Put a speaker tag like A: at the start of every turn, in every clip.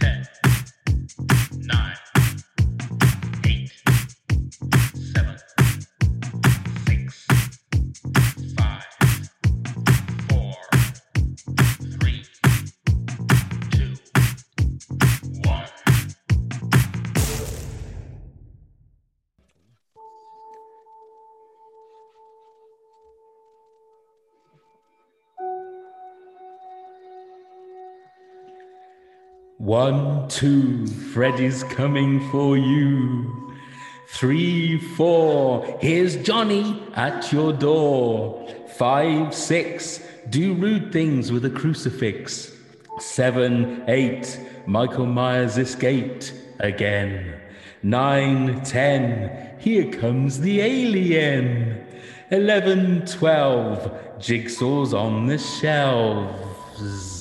A: 10, 9, 8, 7, 6, 5, 4, 3, 2, 1.
B: One, two, Freddy's coming for you. Three, four, here's Johnny at your door. Five, six, do rude things with a crucifix. Seven, eight, Michael Myers escaped again. Nine, ten, here comes the alien. Eleven, twelve, jigsaw's on the shelves.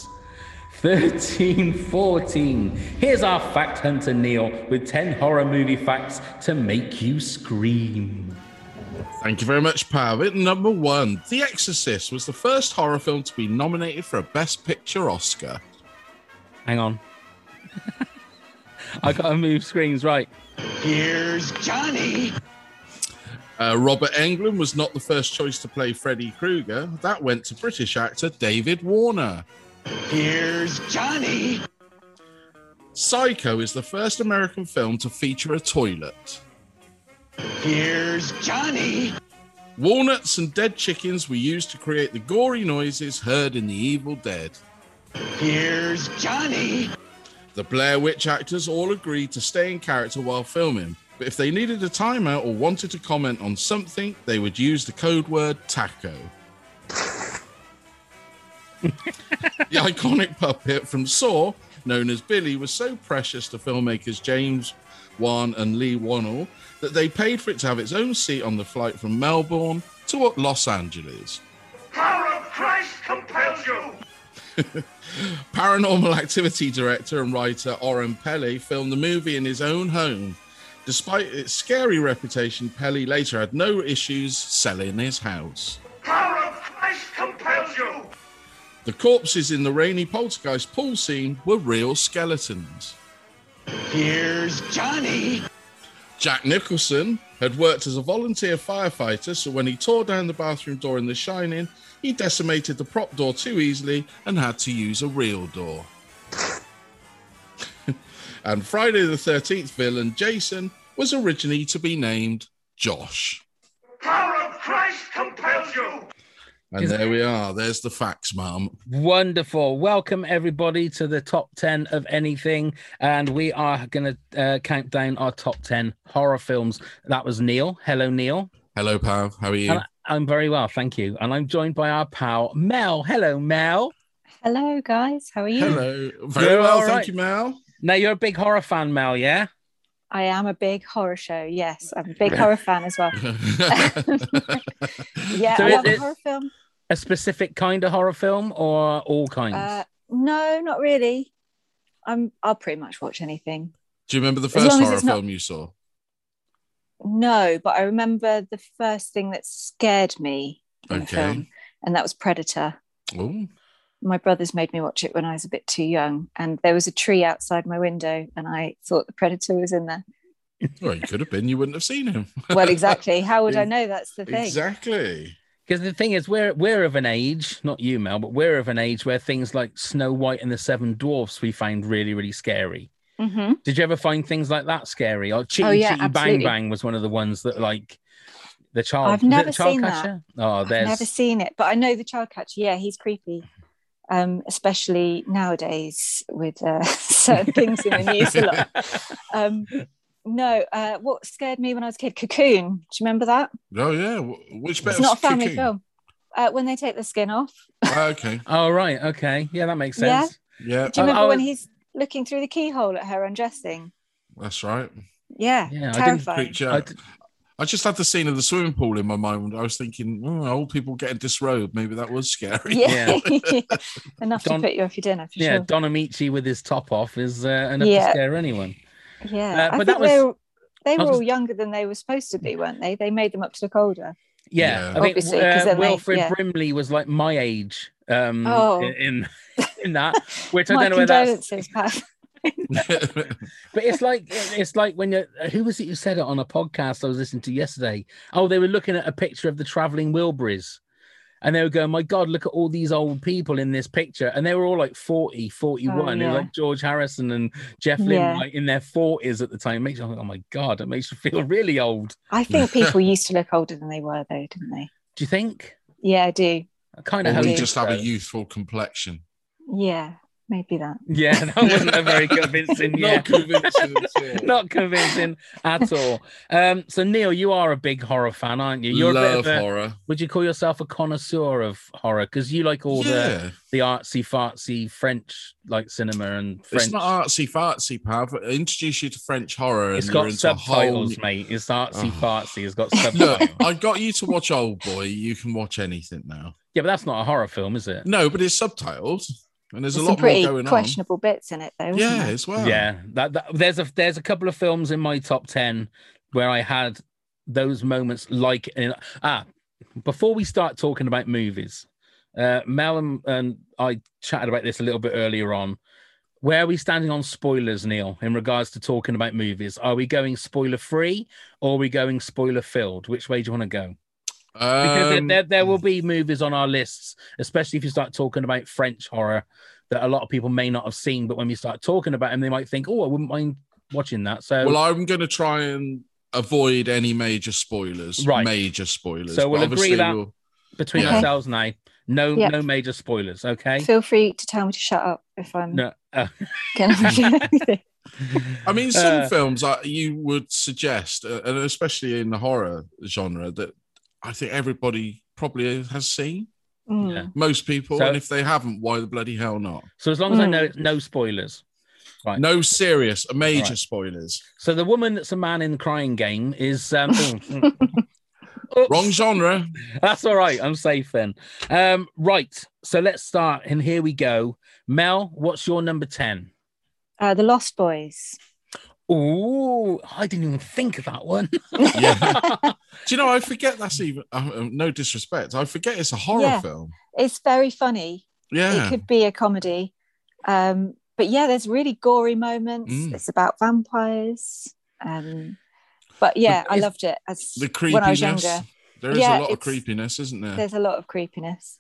B: 13, 14. Here's our fact hunter Neil with 10 horror movie facts to make you scream.
C: Thank you very much, Pav. At number one, The Exorcist was the first horror film to be nominated for a Best Picture Oscar.
B: Hang on. I gotta move screens right.
C: Uh, Robert Englund was not the first choice to play Freddy Krueger. That went to British actor David Warner. Here's Johnny. Psycho is the first American film to feature a toilet. Here's Johnny. Walnuts and dead chickens were used to create the gory noises heard in The Evil Dead.
D: Here's Johnny.
C: The Blair Witch actors all agreed to stay in character while filming, but if they needed a timeout or wanted to comment on something, they would use the code word taco. the iconic puppet from Saw, known as Billy, was so precious to filmmakers James Wan and Lee Wannell that they paid for it to have its own seat on the flight from Melbourne to Los Angeles.
D: Power of Christ compels you.
C: Paranormal Activity director and writer Oren Peli filmed the movie in his own home. Despite its scary reputation, Peli later had no issues selling his house.
D: Power of Christ compels you.
C: The corpses in the rainy poltergeist pool scene were real skeletons.
D: Here's Johnny.
C: Jack Nicholson had worked as a volunteer firefighter, so when he tore down the bathroom door in The Shining, he decimated the prop door too easily and had to use a real door. and Friday the 13th villain Jason was originally to be named Josh.
D: Power of Christ compels you.
C: And there we are. There's the facts, ma'am.
B: Wonderful. Welcome, everybody, to the top 10 of anything. And we are going to uh, count down our top 10 horror films. That was Neil. Hello, Neil.
C: Hello, Pav. How are you?
B: And I- I'm very well, thank you. And I'm joined by our pal, Mel. Hello, Mel.
E: Hello, guys. How are you?
C: Hello.
E: Mm.
C: Very
B: You're
C: well.
B: all
C: Thank
B: right.
C: you, Mal.
B: Now, you're a big horror fan, Mel, yeah?
E: I am a big horror show. Yes, I'm a big horror fan as well. Yeah,
B: So
E: I
B: it-
E: love a
B: it-
E: horror film.
B: A specific kind of horror film or all kinds?
E: Uh, no, not really. I'm. I'll pretty much watch anything.
C: Do you remember the
E: long
C: first
E: as
C: horror
E: it's not-
C: film you saw?
E: No, but I remember the first thing that scared me in the
C: Okay.
E: film, and that was Predator.
C: Oh,
E: my brothers made me watch it when I was a bit too young, and there was a tree outside my window, and I thought the predator was in there.
C: Well, you could have been. You wouldn't have seen him.
E: Well, exactly. How would I know? That's the thing.
C: exactly.
B: Because the thing is, we're we're of an age, not you, Mel, but we're of an age where things like Snow White and the Seven Dwarfs we find really, really scary.
E: hmm
B: Did you ever find things like that scary? Like Chitty
E: Oh, yeah,
B: Chitty Bang
E: absolutely.
B: Bang was one of the ones that like the child.
E: I've
B: was it
E: never
B: the child
E: seen that.
B: catcher? Oh,
E: I've
B: there's
E: never seen it, but I know the child catcher. Yeah, he's creepy, um, especially nowadays with uh, certain things in the news a lot. Um, no, uh, what scared me when I was a kid? Cocoon. Do you remember that?
C: Oh yeah. Wh- Which bit?
E: It's
C: of
E: not a family
C: kicking?
E: film. Uh, when they take the skin off.
C: Ah, okay.
B: Oh right, okay, yeah, that makes
E: Yeah.
B: sense.
C: Yeah, uh,
E: Do you
B: Oh,
E: remember
B: oh,
E: when
B: it-
E: he's looking through the keyhole at her undressing?
C: that's right.
E: Yeah,
B: Yeah, I didn't
E: terrifying.
C: Creature.
B: I
C: I
B: d-
C: just had the scene of the swimming pool in my mind. I was thinking, oh, old people getting disrobed. Maybe that was scary.
E: Yeah, enough
B: Don-
E: to put you off your dinner for
B: Yeah,
E: sure.
B: Don Amici with his top off is uh, enough to
E: Yeah.
B: scare anyone.
E: Yeah,
B: Uh,
E: I
B: but
E: think
B: that
E: they
B: was-
E: were, they
B: was
E: were all
B: just-
E: younger than they were supposed to be, weren't they? They made them up to look older.
B: Yeah,
C: Yeah.
B: I think
E: Obviously, 'cause
B: uh,
E: then they-
B: Wilfred
E: yeah.
B: Brimley was like my age. Um,
E: Oh.
B: in in that, which I
E: My
B: don't know whether that's
E: condolences, Pat.
B: But it's like it's like when you who was it who said it on a podcast I was listening to yesterday? Oh, they were looking at a picture of the traveling Wilburys. And they were going, my God, look at all these old people in this picture. And they were all like 40, 41,
E: Oh,
B: and
E: yeah.
B: like George Harrison and Jeff Lynne
E: Yeah.
B: like, in their 40s at the time. It makes you think, oh my God, it makes you feel really old.
E: I think people used to look older than they were, though, didn't they?
B: Do you think?
E: Yeah, I do.
B: I kind of
C: or
B: hope
C: we
E: you-
C: just have
B: so.
C: a youthful complexion.
E: Yeah, maybe that.
B: Yeah, that wasn't a very convincing. yeah.
C: Not convincing at all.
B: Not convincing at all. Um, so Neil, you are a big horror fan, aren't you? You're a
C: Love
B: bit of a,
C: horror.
B: would you call yourself a connoisseur of horror? Because you like all the
C: yeah.
B: the artsy fartsy French like cinema and French.
C: It's not artsy fartsy, Pav. I Introduce you to French horror.
B: It's
C: and you're
B: got
C: into a whole
B: subtitles, mate. It's artsy
C: Oh.
B: fartsy. It's got
C: Look,
B: subtitles.
C: I got you to watch Old Boy. You can watch anything now.
B: yeah, but that's not a horror film, is it?
C: No, but it's subtitled, and there's, a
E: some
C: lot
E: pretty
C: more going
E: questionable bits in it, though.
C: on.
E: isn't
C: Yeah,
E: there?
C: as well.
B: Yeah, that, that there's a there's a couple of films in my top ten where I had those moments like in, ah. Before we start talking about movies, uh, Mel and, and I chatted about this a little bit earlier on. Where are we standing on spoilers, Neil, in regards to talking about movies? Are we going spoiler free or are we going spoiler filled? Which way do you want to go? Because there-
C: Um,
B: there, there will be movies on our lists, especially if you start talking about French horror that a lot of people may not have seen. But when we start talking about them, they might think, oh, I wouldn't mind watching that. So,
C: Well, I'm going to try and avoid any major spoilers.
B: Right.
C: Major spoilers.
B: So
C: But
B: we'll agree
C: obviously
B: that-
C: we'll-
B: between
C: yeah.
B: ourselves now, no
E: Yeah.
B: no major spoilers, okay?
E: Feel free to tell me to shut up if I'm
B: No. uh,
E: going to.
C: I mean, some
B: Uh,
C: films I, you would suggest, uh, and especially in the horror genre, that I think everybody probably has seen.
E: Mm.
B: Yeah.
C: Most people,
B: So-
C: and if they haven't, why the bloody hell not?
B: so, as long as I
E: Mm.
B: know it's no spoilers. Right.
C: No serious, major
B: Right.
C: spoilers.
B: So, the woman that's a man in the crying game is. Um,
C: Wrong genre.
B: That's all right. I'm safe then. Um, right. So, let's start. And here we go. Mel, what's your number 10?
E: Uh, the Lost Boys.
B: Oh, I didn't even think of that one.
C: Yeah. Do you know? I forget that's even. uh, uh, no disrespect. I forget it's a horror
E: Yeah.
C: film.
E: It's very funny.
C: Yeah.
E: It could be a comedy. Um, but yeah, there's really gory moments.
C: Mm.
E: It's about vampires. Um, but yeah, I
C: it's-
E: loved it as
C: the
E: when I was
C: creepiness.
E: younger.
C: There is
E: Yeah,
C: a lot of
E: it's-
C: creepiness, isn't there?
E: There's a lot of creepiness.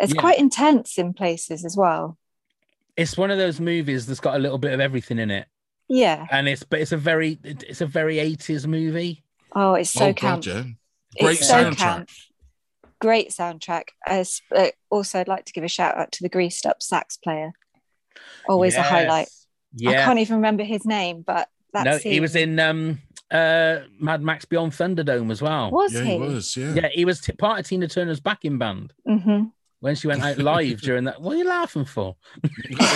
E: It's
B: Yeah.
E: quite intense in places as well.
B: it's one of those movies that's got a little bit of everything in it,
E: Yeah.
B: and it's but it's a very it's a very eighties movie.
E: Oh, it's so
C: oh,
E: camp.
C: God, yeah.
E: It's
C: Great
E: so
C: soundtrack.
E: camp. Great soundtrack. As, uh, also, I'd like to give a shout out to the greased up sax player. Always a highlight. I
B: Yeah,
E: can't even remember his name, but that
B: no,
E: scene,
B: he was in um uh Mad Max Beyond Thunderdome as well.
E: Was
C: yeah,
E: he?
C: it was. Yeah.
B: Yeah, he was t- part of Tina Turner's backing band
E: hmm
B: when she went out live during that. What are you laughing for?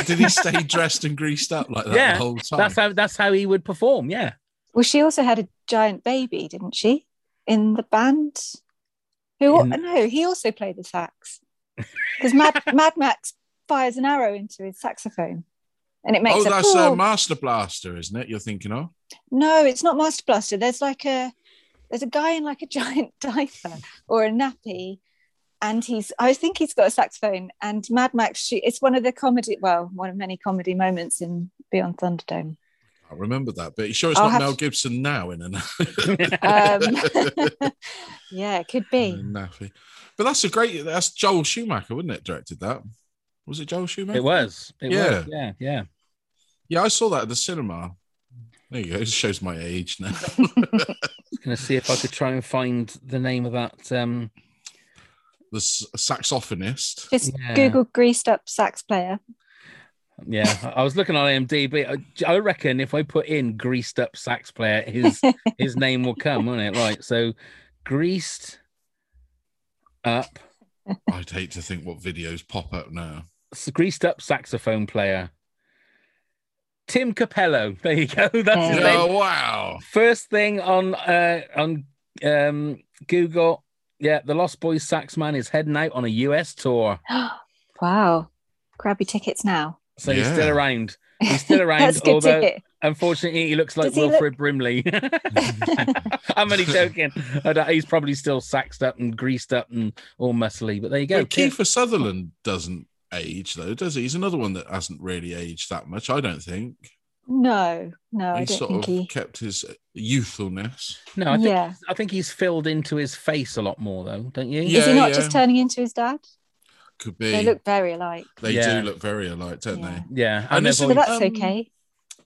C: Did he stay dressed and greased up like that
B: Yeah,
C: the whole time?
B: That's how that's how he would perform. Yeah,
E: Well, she also had a giant baby, didn't she? In the band. Who?
B: In-
E: No, he also played the sax because Mad, Mad Max fires an arrow into his saxophone, and it makes.
C: oh,
E: a,
C: that's
E: "Boom."
C: uh, Master Blaster, isn't it? You're thinking of?
E: No, it's not Master Blaster. There's like a there's a guy in like a giant diaper or a nappy, and he's I think he's got a saxophone and Mad Max shoot it's one of the comedy well one of many comedy moments in Beyond Thunderdome.
C: I remember that, but you sure it's
E: I'll
C: not
E: have
C: Mel
E: to-
C: Gibson now in a
E: Um, yeah, it could
C: in
E: be.
C: a nappy. But that's a great. That's Joel Schumacher, wasn't it? Directed that. Was it Joel Schumacher?
B: It was. It
C: Yeah.
B: was. Yeah. Yeah.
C: Yeah, I saw that at the cinema. There you go. It shows my age now.
B: Gonna see if I could try and find the name of that. Um,
C: the s- saxophonist.
E: Just
B: Yeah.
E: Google greased up sax player.
B: yeah, I- I was looking on IMDb. uh, I- I reckon if I put in "greased up sax player," his his name will come, won't it? Right. So, greased up,
C: I'd hate to think what videos pop up now.
B: s- greased up saxophone player. Tim Capello. There you go. That's his name.
C: Oh, wow.
B: First thing on uh, on um, Google, yeah, the Lost Boys sax man is heading out on a US tour,
E: wow. Grab your tickets now.
B: so he's
C: Yeah.
B: still around. He's still around,
E: That's a good
B: although-
E: ticket.
B: Unfortunately, he looks like
E: Does he look-
B: Wilfred Brimley. I'm only joking. I don't- He's probably still saxed up and greased up and all muscly. But there you go.
C: But Kiefer Sutherland doesn't age, though, does he? He's another one that hasn't really aged that much, I don't think.
E: No, no, I
C: he
E: don't
C: sort
E: think
C: of
E: he.
C: kept his youthfulness.
B: No, I think
E: Yeah.
B: I think he's filled into his face a lot more though, don't you?
C: Yeah.
E: Is he not just turning into his dad?
C: Could be.
E: They look very alike.
C: They
B: Yeah.
C: do look very alike, don't
E: Yeah.
B: Yeah.
C: And
B: And
C: this
B: they've
C: is-
E: But
B: always-
E: that's
C: um,
E: okay.
C: they?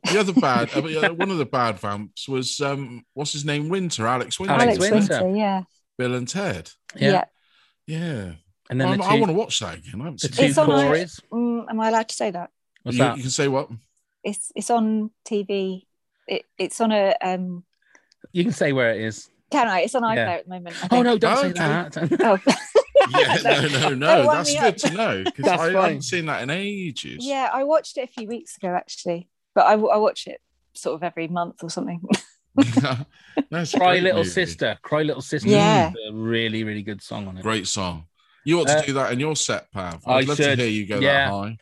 C: The other bad, I mean, uh, one of the bad vamps was um, what's his name? Winter, Alex Winter,
E: Alex
B: Winter.
E: Winter, yeah.
C: Bill and Ted.
B: yeah.
E: yeah.
C: Yeah,
B: And
C: I,
B: then
C: I
B: the
C: want to watch that again. I haven't
B: two,
C: seen
B: the two
E: It's on our-
B: Corys.
E: Mm, am I allowed to say that?
B: What's
C: you,
B: that?
C: you can say what?
E: It's it's on TV. It, it's on a um
B: You can say where it is.
E: Can I? It's on iPlayer
B: Yeah.
E: at the moment. I
B: Oh
E: think.
B: no, don't
C: Okay.
B: say that.
E: Oh.
C: yeah, no, no, no.
E: Don't wind
C: That's
E: me
C: good
E: up.
C: to know because
B: That's
C: I
B: fine.
C: haven't seen that in ages.
E: yeah, I watched it a few weeks ago actually, but I, w- I watch it sort of every month or something.
C: That's
B: Cry Little Sister. Cry Little Sister.
E: Yeah.
B: is A really, really good song on it.
C: Great song. You ought to
B: Uh,
C: do that in your set, Pav.
B: I
C: I'd love
B: should.
C: to hear you go
B: Yeah.
C: that high.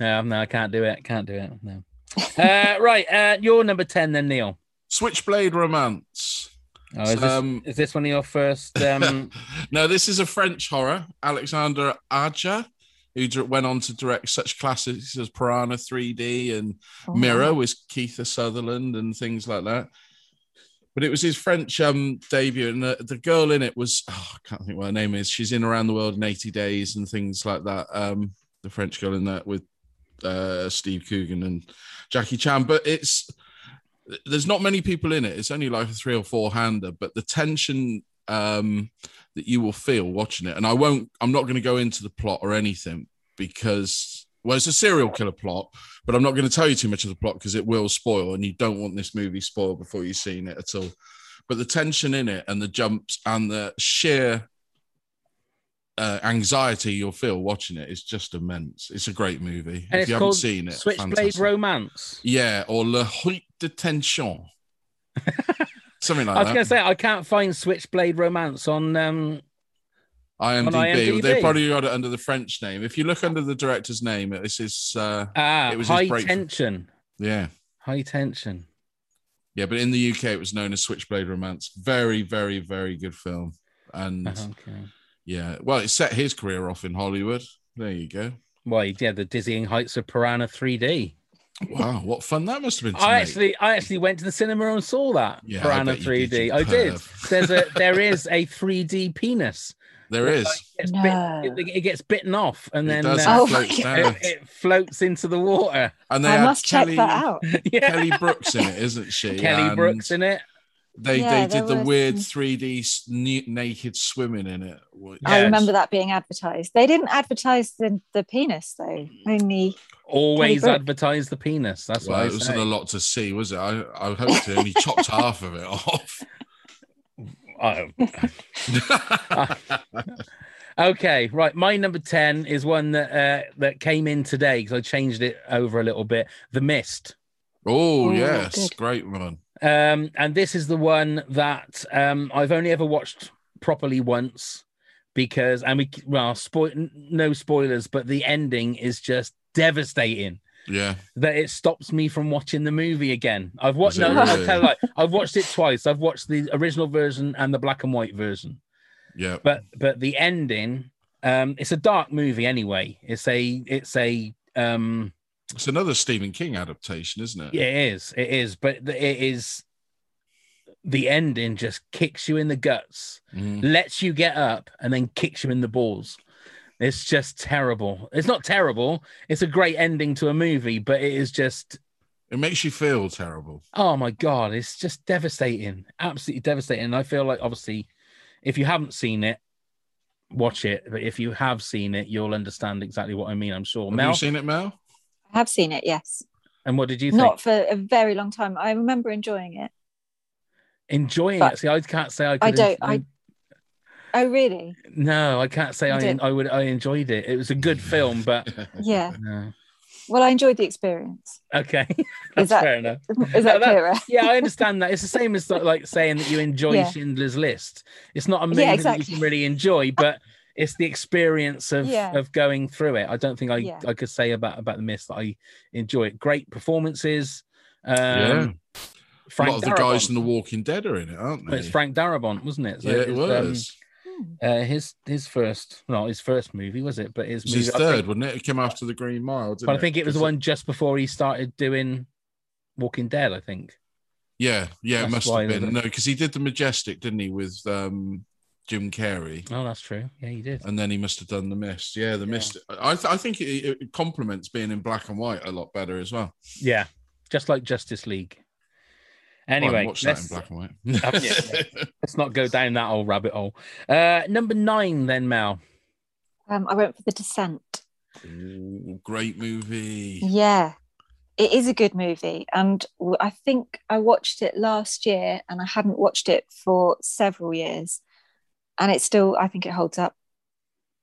B: No, no, I can't do it. Can't do it. No. uh, right, uh, you're number ten then, Neil.
C: Switchblade Romance.
B: Oh, is,
C: Um,
B: this, is this one of your first? Um,
C: no, this is a French horror. Alexander Aja, who dir- went on to direct such classics as Piranha 3D and Mirror with Keith Sutherland and things like that. But it was his French um, debut, and the, the girl in it was oh, I can't think what her name is. She's in Around the World in 80 Days and things like that. Um, the French girl in that with uh, Steve Coogan and Jackie Chan. But it's there's not many people in it. It's only like a three or four hander, but the tension um, that you will feel watching it, and I won't. I'm not going to go into the plot or anything because well, it's a serial killer plot, but I'm not going to tell you too much of the plot because it will spoil, and you don't want this movie spoiled before you've seen it at all. But the tension in it, and the jumps, and the sheer uh, anxiety you'll feel watching it is just immense. It's a great movie.
B: and
C: if
B: it's
C: you haven't
B: called
C: seen it,
B: Switchblade
C: fantastic.
B: Romance.
C: Yeah, or Le Huit de Tension. Something like
B: I was
C: that.
B: going to say I can't find Switchblade Romance on. Um,
C: IMDb.
B: on IMDb.
C: They probably got it under the French name. If you look under the director's name, it's his. Uh,
B: ah,
C: It was his
B: high
C: breakthrough.
B: tension.
C: yeah,
B: High tension.
C: yeah. But in the UK, it was known as Switchblade Romance. Very, very, very good film. And
B: Oh, Okay.
C: yeah, well, it set his career off in Hollywood. There you go.
B: Why? yeah, the dizzying heights of Piranha 3D.
C: Wow, what fun that must have been. To
B: I
C: make.
B: actually, I actually went to the cinema and saw that
C: Yeah, I
B: Piranha
C: bet you did,
B: 3D.
C: you
B: I did.
C: perv.
B: There's a, there is a 3D penis.
C: there is.
B: It's
E: No.
B: bit, it, it gets bitten off and
C: it
B: then uh,
C: does
E: Oh
C: oh
E: my
C: floats
E: God.
C: down.
B: it, it floats into the water.
C: And they
E: I
C: had
E: must
C: Kelly,
E: check that out.
B: yeah.
C: Kelly Brooks in it, isn't she?
B: Kelly
C: And-
B: Brooks in it.
C: They
E: Yeah,
C: they did
E: there
C: the
E: was
C: weird
E: some-
C: 3D s- nu- naked swimming in it. which-
E: I
B: Yes.
E: remember that being advertised. They didn't advertise the, the penis though. Only
B: Always
E: Brooks.
B: advertise the penis. That's
C: Well,
B: what I
C: it wasn't
B: say.
C: a lot to see, was it? I, I hoped they only chopped half of it off.
B: Oh,
C: Oh,
B: okay, right. My number ten is one that uh, that came in today because I changed it over a little bit. The Mist,
C: oh
E: Oh,
C: yes,
E: good.
C: great one.
B: um, and this is the one that um, I've only ever watched properly once because, and we well, spoil no spoilers, but the ending is just devastating.
C: Yeah,
B: that it stops me from watching the movie again. I've watched
C: Is
B: no,
C: it
B: I'll
C: really?
B: tell you, like I've watched it twice. I've watched the original version and the black and white version.
C: yeah.
B: But but the ending Um, it's a dark movie anyway. It's a it's a um,
C: It's another Stephen King adaptation, isn't it?
B: yeah, it is it is, but th- it is the ending just kicks you in the guts,
C: Mm.
B: lets you get up, and then kicks you in the balls. It's just terrible. It's not terrible. It's a great ending to a movie, but it is just
C: It makes you feel terrible.
B: Oh my god, it's just devastating, absolutely devastating. And I feel like obviously, if you haven't seen it, watch it. But if you have seen it, you'll understand exactly what I mean. I'm sure.
C: Have
B: Mel,
C: you seen it, Mel?
E: I have seen it, yes.
B: and what did you think?
E: Not for a very long time. I remember enjoying it.
B: Enjoying
E: but-
B: it. See, I can't say I. Could
E: I don't- I-
B: en-
E: Oh, really?
B: no, I can't say
E: You
B: I. en-
E: didn't.
B: I would. I enjoyed it. It was a good film, but
E: Yeah.
B: no.
E: Well, I enjoyed the experience.
B: okay, that's
E: that-
B: fair enough.
E: Is
B: No,
E: that
B: that-
E: clearer?
B: yeah, I understand that. It's the same as like saying that you enjoy
E: Yeah.
B: Schindler's List. It's not a movie
E: Yeah,
B: that you
E: exactly.
B: can really enjoy, but it's the experience of
E: Yeah.
B: of going through it. I don't think I
E: Yeah.
B: I could say about about the mist that I enjoy it. Great performances. Um,
C: Yeah.
B: Frank
C: a lot of the guys
B: Darabont.
C: from The Walking Dead are in it, aren't they?
B: It's Frank Darabont, wasn't it? So
C: yeah, it
B: was, um,
C: was.
E: Hmm.
B: uh, his his first, not his first movie, was it? But his,
C: It was
B: movie,
C: his
B: I
C: third,
B: think-
C: wouldn't it? It came after the Green Mile, didn't
B: but
C: it?
B: I think it was the
C: Because
B: one just before he started doing Walking Dead. I think.
C: Yeah, yeah, it
B: That's
C: must
B: why
C: have
B: they
C: been.
B: did
C: No,
B: it.
C: because he did the Majestic, didn't he, with um, Jim Carrey,
B: Oh, that's true. Yeah, he did.
C: and then he must have done the Mist. Yeah, the
B: Yeah.
C: Mist. I th- I think it, it complements being in black and white a lot better as well.
B: Yeah, just like Justice League.
C: Well, I
B: Anyway,
C: watched that in
B: let's,
C: black and white.
B: Absolutely. let's not go down that old rabbit hole. Uh, number nine, then Mel.
E: Um, I went for The Descent.
C: Ooh, great movie.
E: Yeah. It is a good movie. And w- I think I watched it last year and I hadn't watched it for several years. And it still, I think it holds up.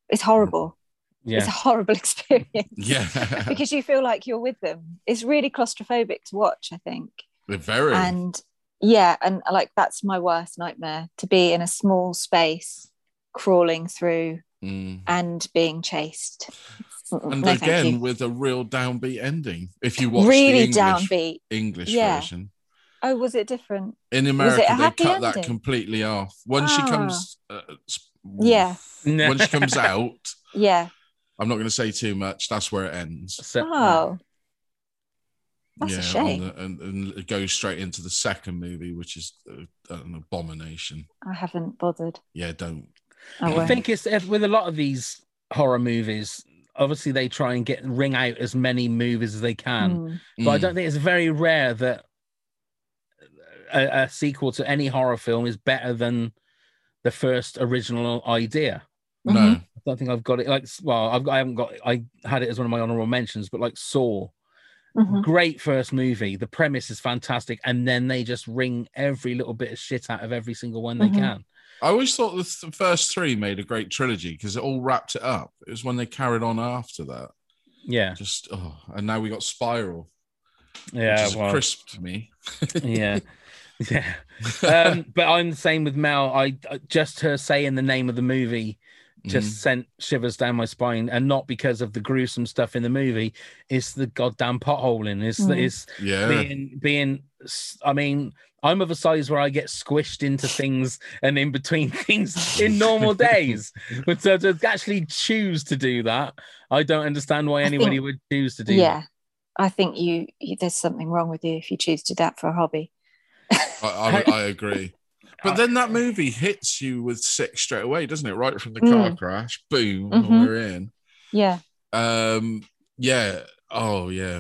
E: It's horrible. It's
B: Yeah,
E: a horrible experience.
C: Yeah,
E: because you feel like you're with them. It's really claustrophobic to watch, I think.
C: they're very.
E: And yeah, and like that's my worst nightmare to be in a small space, crawling through
C: Mm.
E: and being chased. Mm-mm,
C: And
E: Oh, no, thank
C: again,
E: you.
C: with a real downbeat ending. If you watch the
E: really
C: English,
E: downbeat.
C: English
E: Yeah.
C: version,
E: Oh, was it different?
C: in
E: Was
C: America,
E: it a
C: they cut
E: happy
C: that
E: ending?
C: completely off. When she
E: Ah.
C: comes, uh, s-
E: Yeah,
B: No.
C: when she comes out,
E: yeah.
C: I'm not going to say too much. That's where it ends.
B: So-
E: Oh, that's
C: yeah,
E: a
C: on
E: shame.
C: the- and, and it goes straight into the second movie, which is uh, an abomination.
E: I haven't bothered.
C: Yeah, don't.
E: I
C: You
B: I
E: won't.
B: think it's if- with a lot of these horror movies. Obviously, they try and get ring out as many movies as they can,
E: Mm.
B: but I
C: Mm.
B: don't think it's very rare that a, a sequel to any horror film is better than the first original idea.
E: Mm-hmm.
C: No,
B: I don't think I've got it. Like, well, I've, I haven't got. I had it as one of my honorable mentions, but like Saw,
E: Mhm.
B: great first movie. The premise is fantastic, and then they just wring every little bit of shit out of every single one they
E: Mhm.
B: can.
C: I always thought the th- first three made a great trilogy because it all wrapped it up. It was when they carried on after that.
B: Yeah,
C: Just oh, and now we got Spiral,
B: yeah,
C: which is
B: well,
C: crisp to me.
B: yeah, yeah. Um, but I'm the same with Mel. I I- just her saying the name of the movie
C: Mm-hmm.
B: just
C: Mm.
B: sent shivers down my spine, and not because of the gruesome stuff in the movie. It's the goddamn potholing. It's the
E: Mm.
B: it's
C: Mhm. yeah.
B: being being s- i mean i'm of a size where i get squished into things and in between things in normal days but so to actually choose to do that i don't understand why
E: I
B: anybody
E: think-
B: would choose to do
E: Yeah, I think you, you. There's something wrong with you if you choose to do that for a hobby.
C: I, I, I agree. But then that movie hits you with six straight away, doesn't it? Right from the car
E: Mm.
C: crash, boom,
E: Mhm.
C: we're in.
E: Yeah.
C: Um, yeah. Oh, yeah.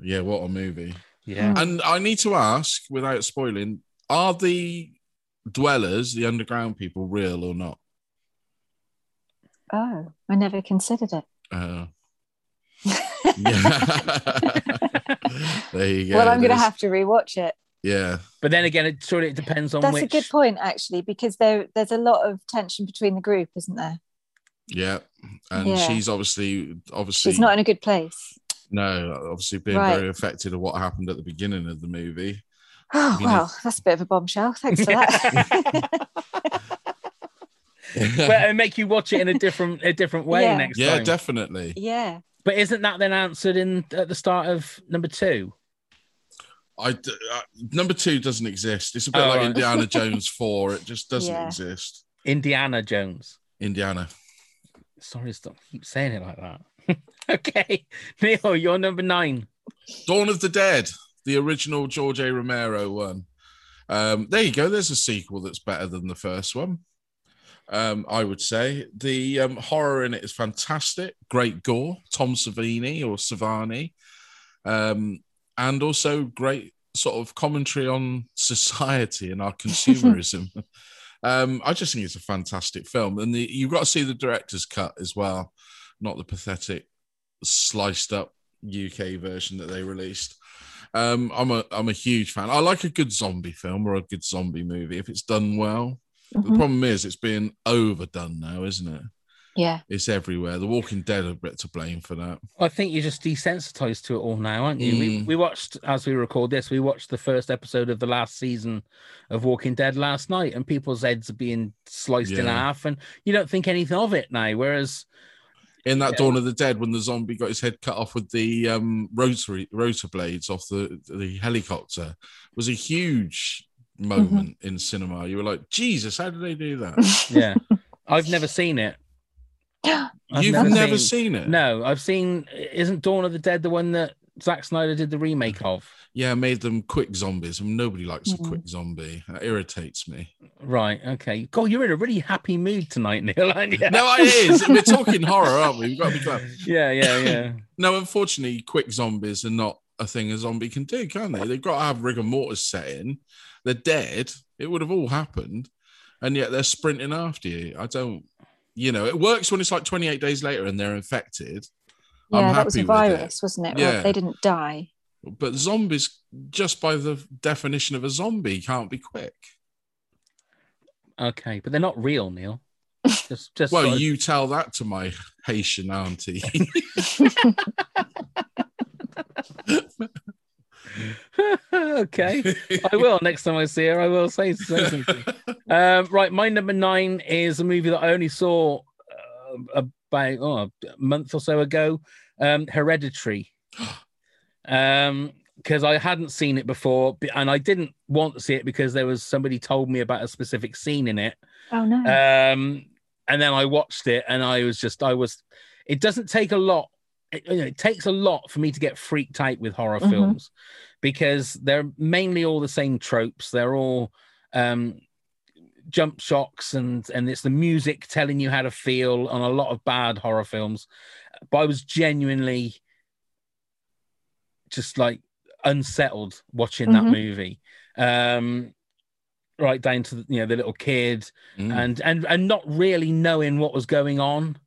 C: Yeah, what a movie.
B: that yeah
C: And I need to ask, without spoiling, are the dwellers, the underground people, real or not?
E: Oh, I never considered it.
C: Uh, yeah. there you go.
E: well, I'm going to
C: There's-
E: have to rewatch it.
C: Yeah.
B: but then again it surely it depends on
E: That's
B: which
E: a good point, actually, because there there's a lot of tension between the group, isn't there?
C: Yeah. And
E: Yeah.
C: she's obviously, obviously,
E: She's not in a good place.
C: no, obviously being
E: Right.
C: very affected of what happened at the beginning of the movie.
E: Oh,
C: You know-
E: well, that's a bit of a bombshell. Thanks for that.
B: but it'll make you watch it in a different a different way
E: Yeah.
B: next
C: yeah,
B: time
C: definitely.
E: yeah.
B: but isn't that then answered in at the start of number two
C: I d- uh, number two doesn't exist. It's a bit
B: Oh,
C: like
B: right.
C: Indiana Jones four. It just doesn't
E: Yeah.
C: exist.
B: indiana jones
C: Indiana.
B: Sorry, stop keep saying it like that. okay, Neil, you're number nine.
C: Dawn of the Dead, the original George A. Romero one. Um, there you go. There's a sequel that's better than the first one. Um, I would say the um, horror in it is fantastic. Great gore, Tom Savini or Savani, um, and also great sort of commentary on society and our consumerism. um, I just think it's a fantastic film, and the, you've got to see the director's cut as well, not the pathetic sliced up UK version that they released. Um, I'm a I'm a huge fan. I like a good zombie film or a good zombie movie if it's done well. But
B: Mm-hmm.
C: The
E: Mhm.
C: problem is it's being overdone now, isn't it?
E: Yeah.
C: It's everywhere. The Walking Dead are a bit to blame for that.
B: I think you're just desensitized to it all now, aren't you? We,
C: Mm.
B: we watched, as we record this, we watched the first episode of the last season of Walking Dead last night, and people's heads are being sliced in
C: Yeah.
B: half, and you don't think anything of it now. Whereas
C: In that
B: Yeah.
C: Dawn of the Dead, when the zombie got his head cut off with the um, rotary rotor blades off the the helicopter, was a huge moment
B: Mm-hmm.
C: in cinema. You were like, Jesus, how did they do that?
B: yeah, I've never seen it. I've
C: You've
B: never
C: never,
B: seen-
C: seen, it.
B: No, I've seen. Isn't Dawn of the Dead the one that Zack Snyder did the remake of?
C: Yeah, I made them quick zombies. and nobody likes
B: Mm-hmm.
E: Mhm.
C: a quick zombie. That irritates me.
B: Right. Okay. God, you're in a really happy mood tonight, Neil. Aren't you?
C: No, it is. We're talking horror, aren't we? We've got to be clear.
B: Yeah. Yeah. Yeah.
C: No, unfortunately, quick zombies are not a thing a zombie can do, can they? They've got to have rigor mortis set in. They're dead. It would have all happened. And yet they're sprinting after you. I don't, you know, it works when it's like 28 days later and they're infected. I'm
E: Yeah, that was a
C: happy with it.
E: virus, wasn't it?
C: Yeah.
E: Well, they didn't die.
C: But zombies, just by the definition of a zombie, can't be quick.
B: Okay, but they're not real, Neil. Just, just sort
C: Well,
B: of-
C: you tell that to my Haitian auntie.
B: okay. I will next time I see her. I will say, say something. Um, right, my number nine is a movie that I only saw uh, about oh, a month or so ago, um, Hereditary, because um, I hadn't seen it before, b- and I didn't want to see it because there was somebody told me about a specific scene in it,
E: Oh no.
B: um, and then I watched it, and I was just, I was. It doesn't take a lot. It, you know, it takes a lot for me to get freaked out with horror
E: Mhm.
B: films because they're mainly all the same tropes. They're all um, jump shocks, and and it's the music telling you how to feel on a lot of bad horror films. But I was genuinely just like unsettled watching that
E: Mhm.
B: movie. Um, right down to the, you know the little kid
E: Hmm.
C: Mm.
B: and and and not really knowing what was going on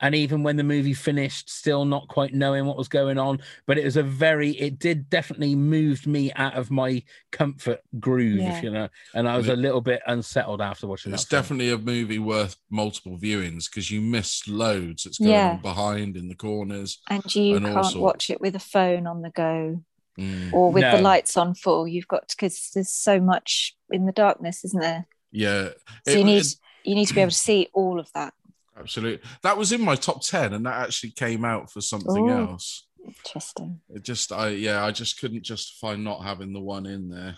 B: and even when the movie finished still not quite knowing what was going on but it was a very it did definitely moved me out of my comfort groove
E: Yeah.
B: if you know and i was a little bit unsettled after watching
C: It's
B: that film.
C: definitely a movie worth multiple viewings because you miss loads that's going
E: Yeah.
C: on behind in the corners.
E: and you
C: and all
E: can't
C: sorts.
E: watch it with a phone on the go
C: Mm.
E: or with
B: No.
E: the lights on full. You've got because there's so much in the darkness, isn't there?
C: Yeah.
E: So
C: It-
E: you need
C: it-
E: you need to be able to see all of that.
C: Absolutely. That was in my top 10 and that actually came out for something
E: Ooh.
C: else.
E: Interesting.
C: It just I yeah, I just couldn't justify not having the one in there.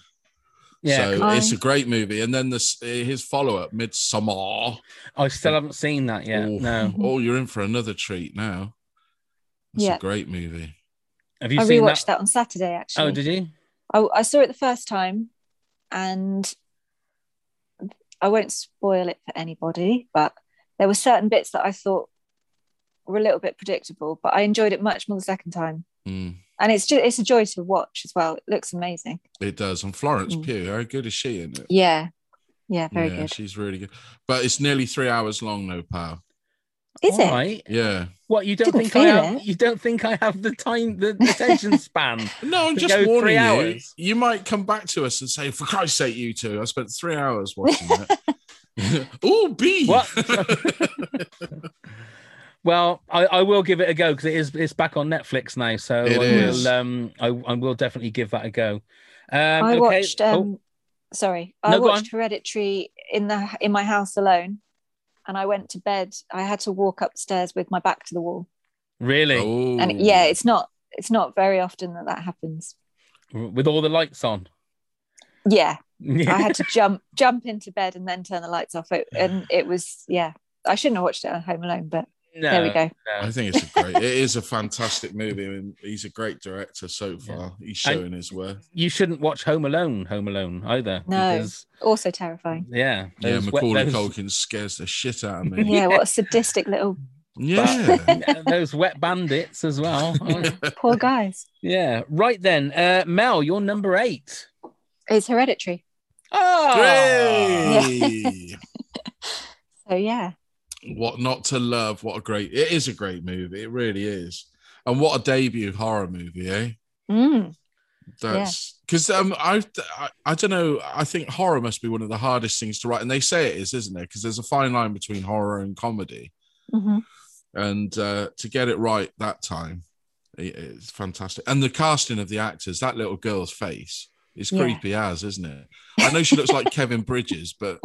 B: yeah
C: so
B: 'cause
E: cool.
C: it's a great movie. And then this eh, his follow-up, Midsummer.
E: Mm.
B: i still haven't seen that yet
C: Oh,
B: no
C: Oh, you're in for another treat now. It's
E: Yeah.
C: a great movie.
B: have you
E: I
B: seen
E: rewatched
B: that?
E: that? on Saturday actually.
B: oh did you
E: I, I saw it the first time, and I won't spoil it for anybody, but there were certain bits that I thought were a little bit predictable, but I enjoyed it much more the second time.
C: Mm,
E: And it's just, it's a joy to watch as well. It looks amazing.
C: it does. And Florence
E: Mm.
C: Pugh, how good is she in it?
E: Yeah. Yeah, very
C: yeah,
E: good.
C: she's really good. But it's nearly three hours long though, pal.
E: Is
B: All
E: it?
B: right.
C: Yeah.
B: what you don't
E: Didn't
B: think I
E: feel
B: have,
E: it.
B: you don't think I have the time the attention span?
C: No, I'm
B: To
C: just
B: go three
C: warning you.
B: hours.
C: You might come back to us and say, "For Christ's sake, you two! I spent three hours watching that." oh, B.
B: What? Well, I, I will give it a go because it is it's back on Netflix now, so
C: It
B: I
C: is.
B: will um I, I will definitely give that a go. Um,
E: I
B: okay.
E: watched
B: Oh,
E: um sorry, I
B: No, go
E: watched Hereditary in the in my house alone and I went to bed. I had to walk upstairs with my back to the wall.
B: really
C: Oh.
E: And yeah, it's not it's not very often that that happens.
B: with all the lights on.
E: Yeah,
B: Yeah.
E: I had to jump jump into bed and then turn the lights off. It, and it was yeah, I shouldn't have watched it at home alone, but
B: No,
E: There we go.
C: I
B: no.
C: think it's a great. it is a fantastic movie, and he's a great director so far. He's
B: And-
C: showing his worth.
B: You shouldn't watch Home Alone, Home Alone either.
E: No.
B: because-
E: Also terrifying.
B: yeah.
C: Yeah,
B: those-
C: Macaulay
B: those-
C: Culkin scares the shit out of me.
E: Yeah, what a sadistic little
C: Yeah.
B: those wet bandits as well. Oh,
E: poor guys.
B: yeah. Right then, uh, Mel, you're number eight.
E: It's hereditary.
B: Oh,
C: Hey!
E: So yeah.
C: what not to love? What a great! It is a great movie. It really is. And what a debut horror movie, eh?
E: Mm.
C: That's because um, I've, I I don't know. I think horror must be one of the hardest things to write, and they say it is, isn't it? Because there's a fine line between horror and comedy,
B: mm-hmm.
E: hmm
C: and uh, to get it right that time, it- it's fantastic. And the casting of the actors, that little girl's face is
E: Yeah.
C: creepy as, isn't it? I know she looks like Kevin Bridges, but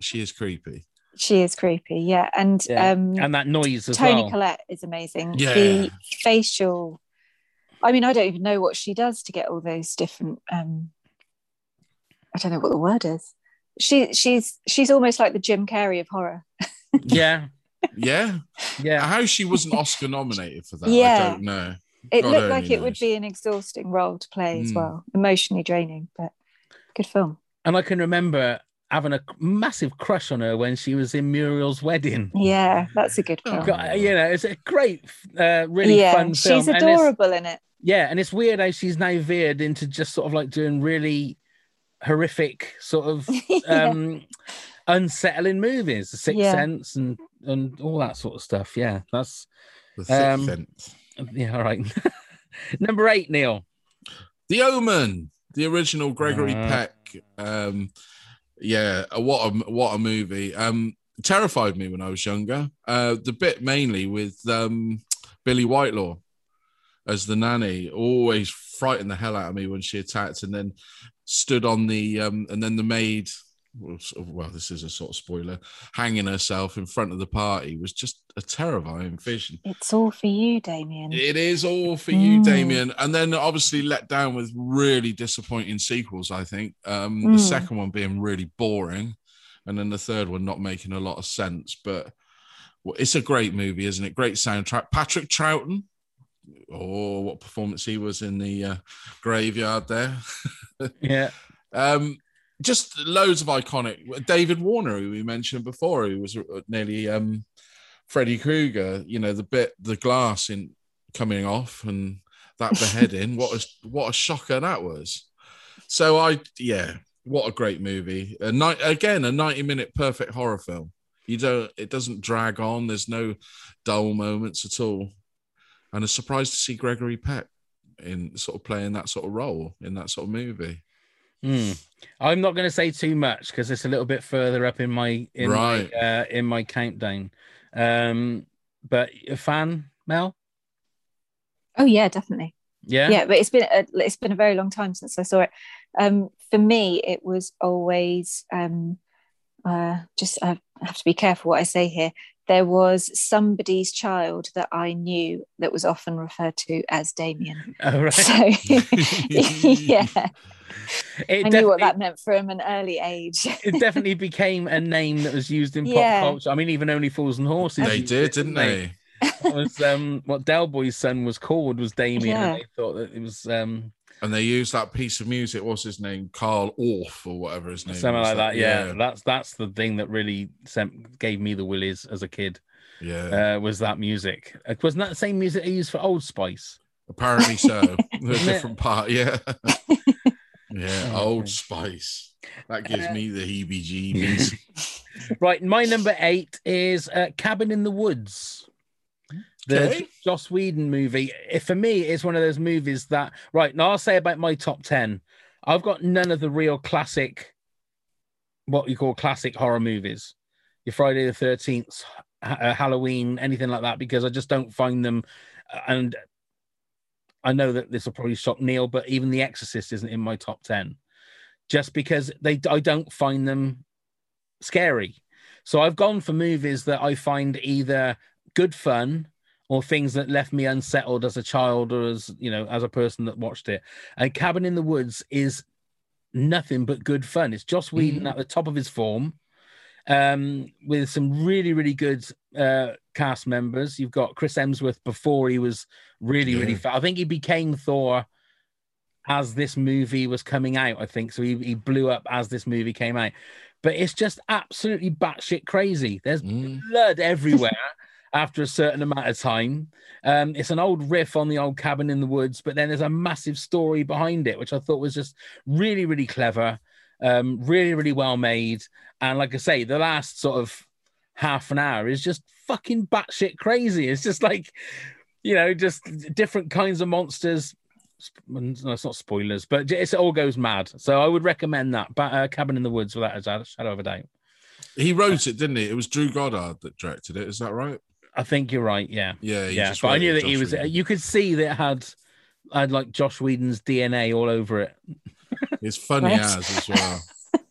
C: she is creepy.
E: She is creepy. Yeah, and
B: Yeah.
E: um,
B: And that noise as
E: Tony
B: well.
E: Collette is amazing.
C: Yeah.
E: The facial. I mean, I don't even know what she does to get all those different. Um, I don't know what the word is. She she's she's almost like the Jim Carrey of horror.
B: yeah.
C: Yeah,
B: Yeah.
C: how she wasn't Oscar nominated for that, I
E: Yeah.
C: don't know.
E: It
B: Oh,
C: God
E: looked
C: only
E: like it would
C: knows.
E: be an exhausting role to play as
B: Hmm.
C: Mm.
E: well, emotionally draining, but good film.
B: And I can remember having a massive crush on her when she was in Muriel's wedding.
E: Yeah, that's a good
C: Oh,
E: film.
B: Got- you know, it's a great, uh, really
E: yeah,
B: fun film.
E: she's
B: and it's-
E: adorable in it.
B: yeah, and it's weird how she's now veered into just sort of like doing really horrific, sort of
E: Yeah.
B: um, unsettling movies, The Sixth
E: Yeah.
B: Sense, and and all that sort of stuff. Yeah, that's
C: The thick
B: Um,
C: fence.
B: yeah, all right. Number eight, Neil.
C: The Omen, the original Gregory
B: Uh.
C: Peck. Um, yeah, uh, what a what a movie. Um, terrified me when I was younger. Uh, the bit mainly with um, Billy Whitelaw as the nanny always frightened the hell out of me when she attacked, and then stood on the um, and then the maid. Well, sort of- well, this is a sort of spoiler. Hanging herself in front of the party was just a terrifying vision.
E: It's all for you, Damien.
C: It is all for you,
E: Mm.
C: Damien. And then obviously let down with really disappointing sequels, I think. Um, The
E: Mm.
C: second one being really boring, and then the third one not making a lot of sense. But well, it's a great movie, isn't it? Great soundtrack. Patrick Troughton. Oh, what performance he was in the uh, graveyard there.
B: Yeah,
C: Um, just loads of iconic. David Warner, who we mentioned before, who was uh, nearly um, Freddy Krueger. You know the bit, the glass in coming off, and that beheading. what a what a shocker that was. So I, yeah, what a great movie. A night again, a ninety-minute perfect horror film. You don't. It doesn't drag on. There's no dull moments at all. And a surprise to see Gregory Peck in sort of playing that sort of role in that sort of movie.
B: Mm. I'm not going to say too much because it's a little bit further up in my in
C: Right.
B: my uh, in my countdown. Um, but a fan, Mel.
E: Oh yeah, definitely.
B: Yeah.
E: yeah but it's been a, it's been a very long time since i saw it um for me it was always um uh just i have to be careful what i say here there was somebody's child that i knew that was often referred to as damien
B: All right.
E: so yeah
B: It
E: i knew what
B: definitely-
E: that meant from an early age
B: it definitely became a name that was used in
E: Yeah.
B: pop culture. I mean, even Only Fools and Horses.
C: They
B: used
C: did,
B: it,
C: didn't they?
B: That was um, what Del Boy's son was called was Damien.
E: Yeah.
B: And they thought that it was um,
C: And they used that piece of music. What's his name? Carl Orff or whatever his name.
B: something
C: was.
B: like that. Yeah. that's that's the thing that really sent, gave me the willies as a kid.
C: yeah, yeah.
B: Uh, was that music? Uh, Wasn't that the same music they used for Old Spice?
C: Apparently so. a
B: Yeah.
C: different part. Yeah, yeah.
B: Oh,
C: Old
B: okay. Uh,
C: Spice. That gives me the heebie-jeebies.
B: Right, my number eight is uh, Cabin in the Woods. The
C: Okay.
B: J- Joss Whedon movie. If for me, it's one of those movies that right now I'll say about my top ten. I've got none of the real classic, what you call classic horror movies, your Friday the Thirteenth, uh, Halloween, anything like that, because I just don't find them. uh, And I know that this will probably shock Neil, but even The Exorcist isn't in my top ten, just because they I don't find them scary. So I've gone for movies that I find either good fun or things that left me unsettled as a child or as you know as a person that watched it. And Cabin in the Woods is nothing but good fun. It's Joss Whedon at the top of his form. um, with some really, really good uh, cast members. You've got Chris Emsworth before he was really, really
C: Yeah.
B: fat. I think he became Thor as this movie was coming out. I think so. He, he blew up as this movie came out, but it's just absolutely batshit crazy. There's
C: Mm.
B: blood everywhere. After a certain amount of time, um, it's an old riff on the old cabin in the woods, but then there's a massive story behind it, which I thought was just really, really clever, um, really, really well made. And like I say, the last sort of half an hour is just fucking batshit crazy. It's just like, you know, just different kinds of monsters. Sp- No, it's not spoilers, but it's, it all goes mad. So I would recommend that. But uh, Cabin in the Woods, without a doubt- shadow of a doubt.
C: He wrote it, didn't he? It was Drew Goddard that directed it. Is that right?
B: I think you're right. Yeah.
C: Yeah, he
B: yeah.
C: just
B: But I
C: wrote
B: knew
C: it,
B: that he
C: Joss
B: was,
C: Whedon.
B: Uh, you could see that it had, had like Josh Whedon's DNA all over it.
C: It's funny
E: Right.
C: as as well.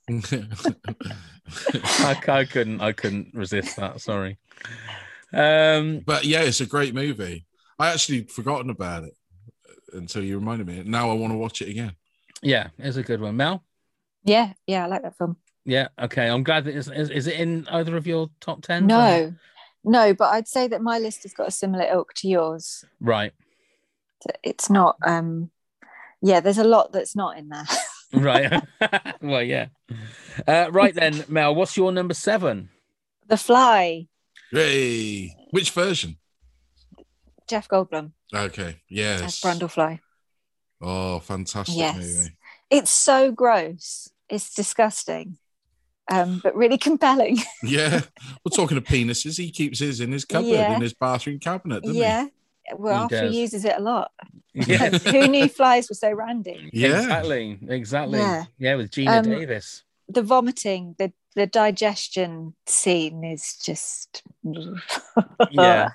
B: I, c- I couldn't, I couldn't resist that. Sorry. Um,
C: but yeah, it's a great movie. I actually forgotten about it until you reminded me. Now I want to watch it again.
B: yeah, it's a good one. Mel?
E: Yeah, yeah, I like that film.
B: Yeah. Okay. I'm glad that is, is, is it in either of your top ten?
E: No, no, but I'd say that my list has got a similar ilk to yours.
B: Right.
E: It's not. um Yeah, there's a lot that's not in there.
B: Right. well, yeah. Uh, right then, Mel. What's your number seven?
E: the Fly,
C: Hey, which version?
E: Jeff Goldblum
C: Okay,
E: as
C: yes.
E: Brundle Fly.
C: Oh, fantastic
E: Yes.
C: movie.
E: It's so gross. It's disgusting, um, but really compelling.
C: Yeah, we're talking of penises. He keeps his in his cupboard
E: Yeah.
C: in his bathroom cabinet, doesn't
E: yeah. Well,
B: He
E: after
B: does.
E: he uses it a lot.
B: Yeah.
E: Who knew flies were so randy?
C: he? Yeah,
B: Exactly. Exactly. Yeah.
E: Yeah.
B: with Gina
E: Um,
B: Davis.
E: The vomiting, the the digestion scene is just uh,
B: Yeah.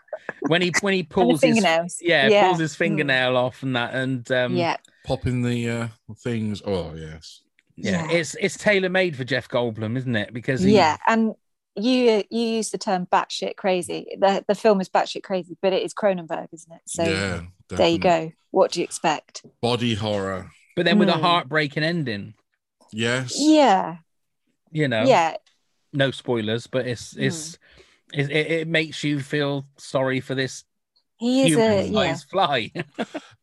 B: when he when he pulls his
E: fingernails.
B: yeah,
E: Yeah. Hmm.
B: pulls his fingernail off and that and um
E: yeah,
C: popping the uh, things. Oh, yes.
B: yeah,
E: Yeah.
B: it's it's tailor made for Jeff Goldblum, isn't it? Because he,
E: yeah, and you you use the term batshit crazy. The the film is batshit crazy, but it is Cronenberg, isn't it? So
C: yeah,
E: there you
C: definitely.
E: go. What do you expect?
C: Body horror.
B: but then with a
E: Hmm.
B: heartbreaking ending.
C: Yes.
E: Yeah,
B: You know.
E: yeah,
B: No spoilers, but it's
E: Hmm.
B: it's. It, it, it makes you feel sorry for this
E: he is a yeah.
B: human-sized fly.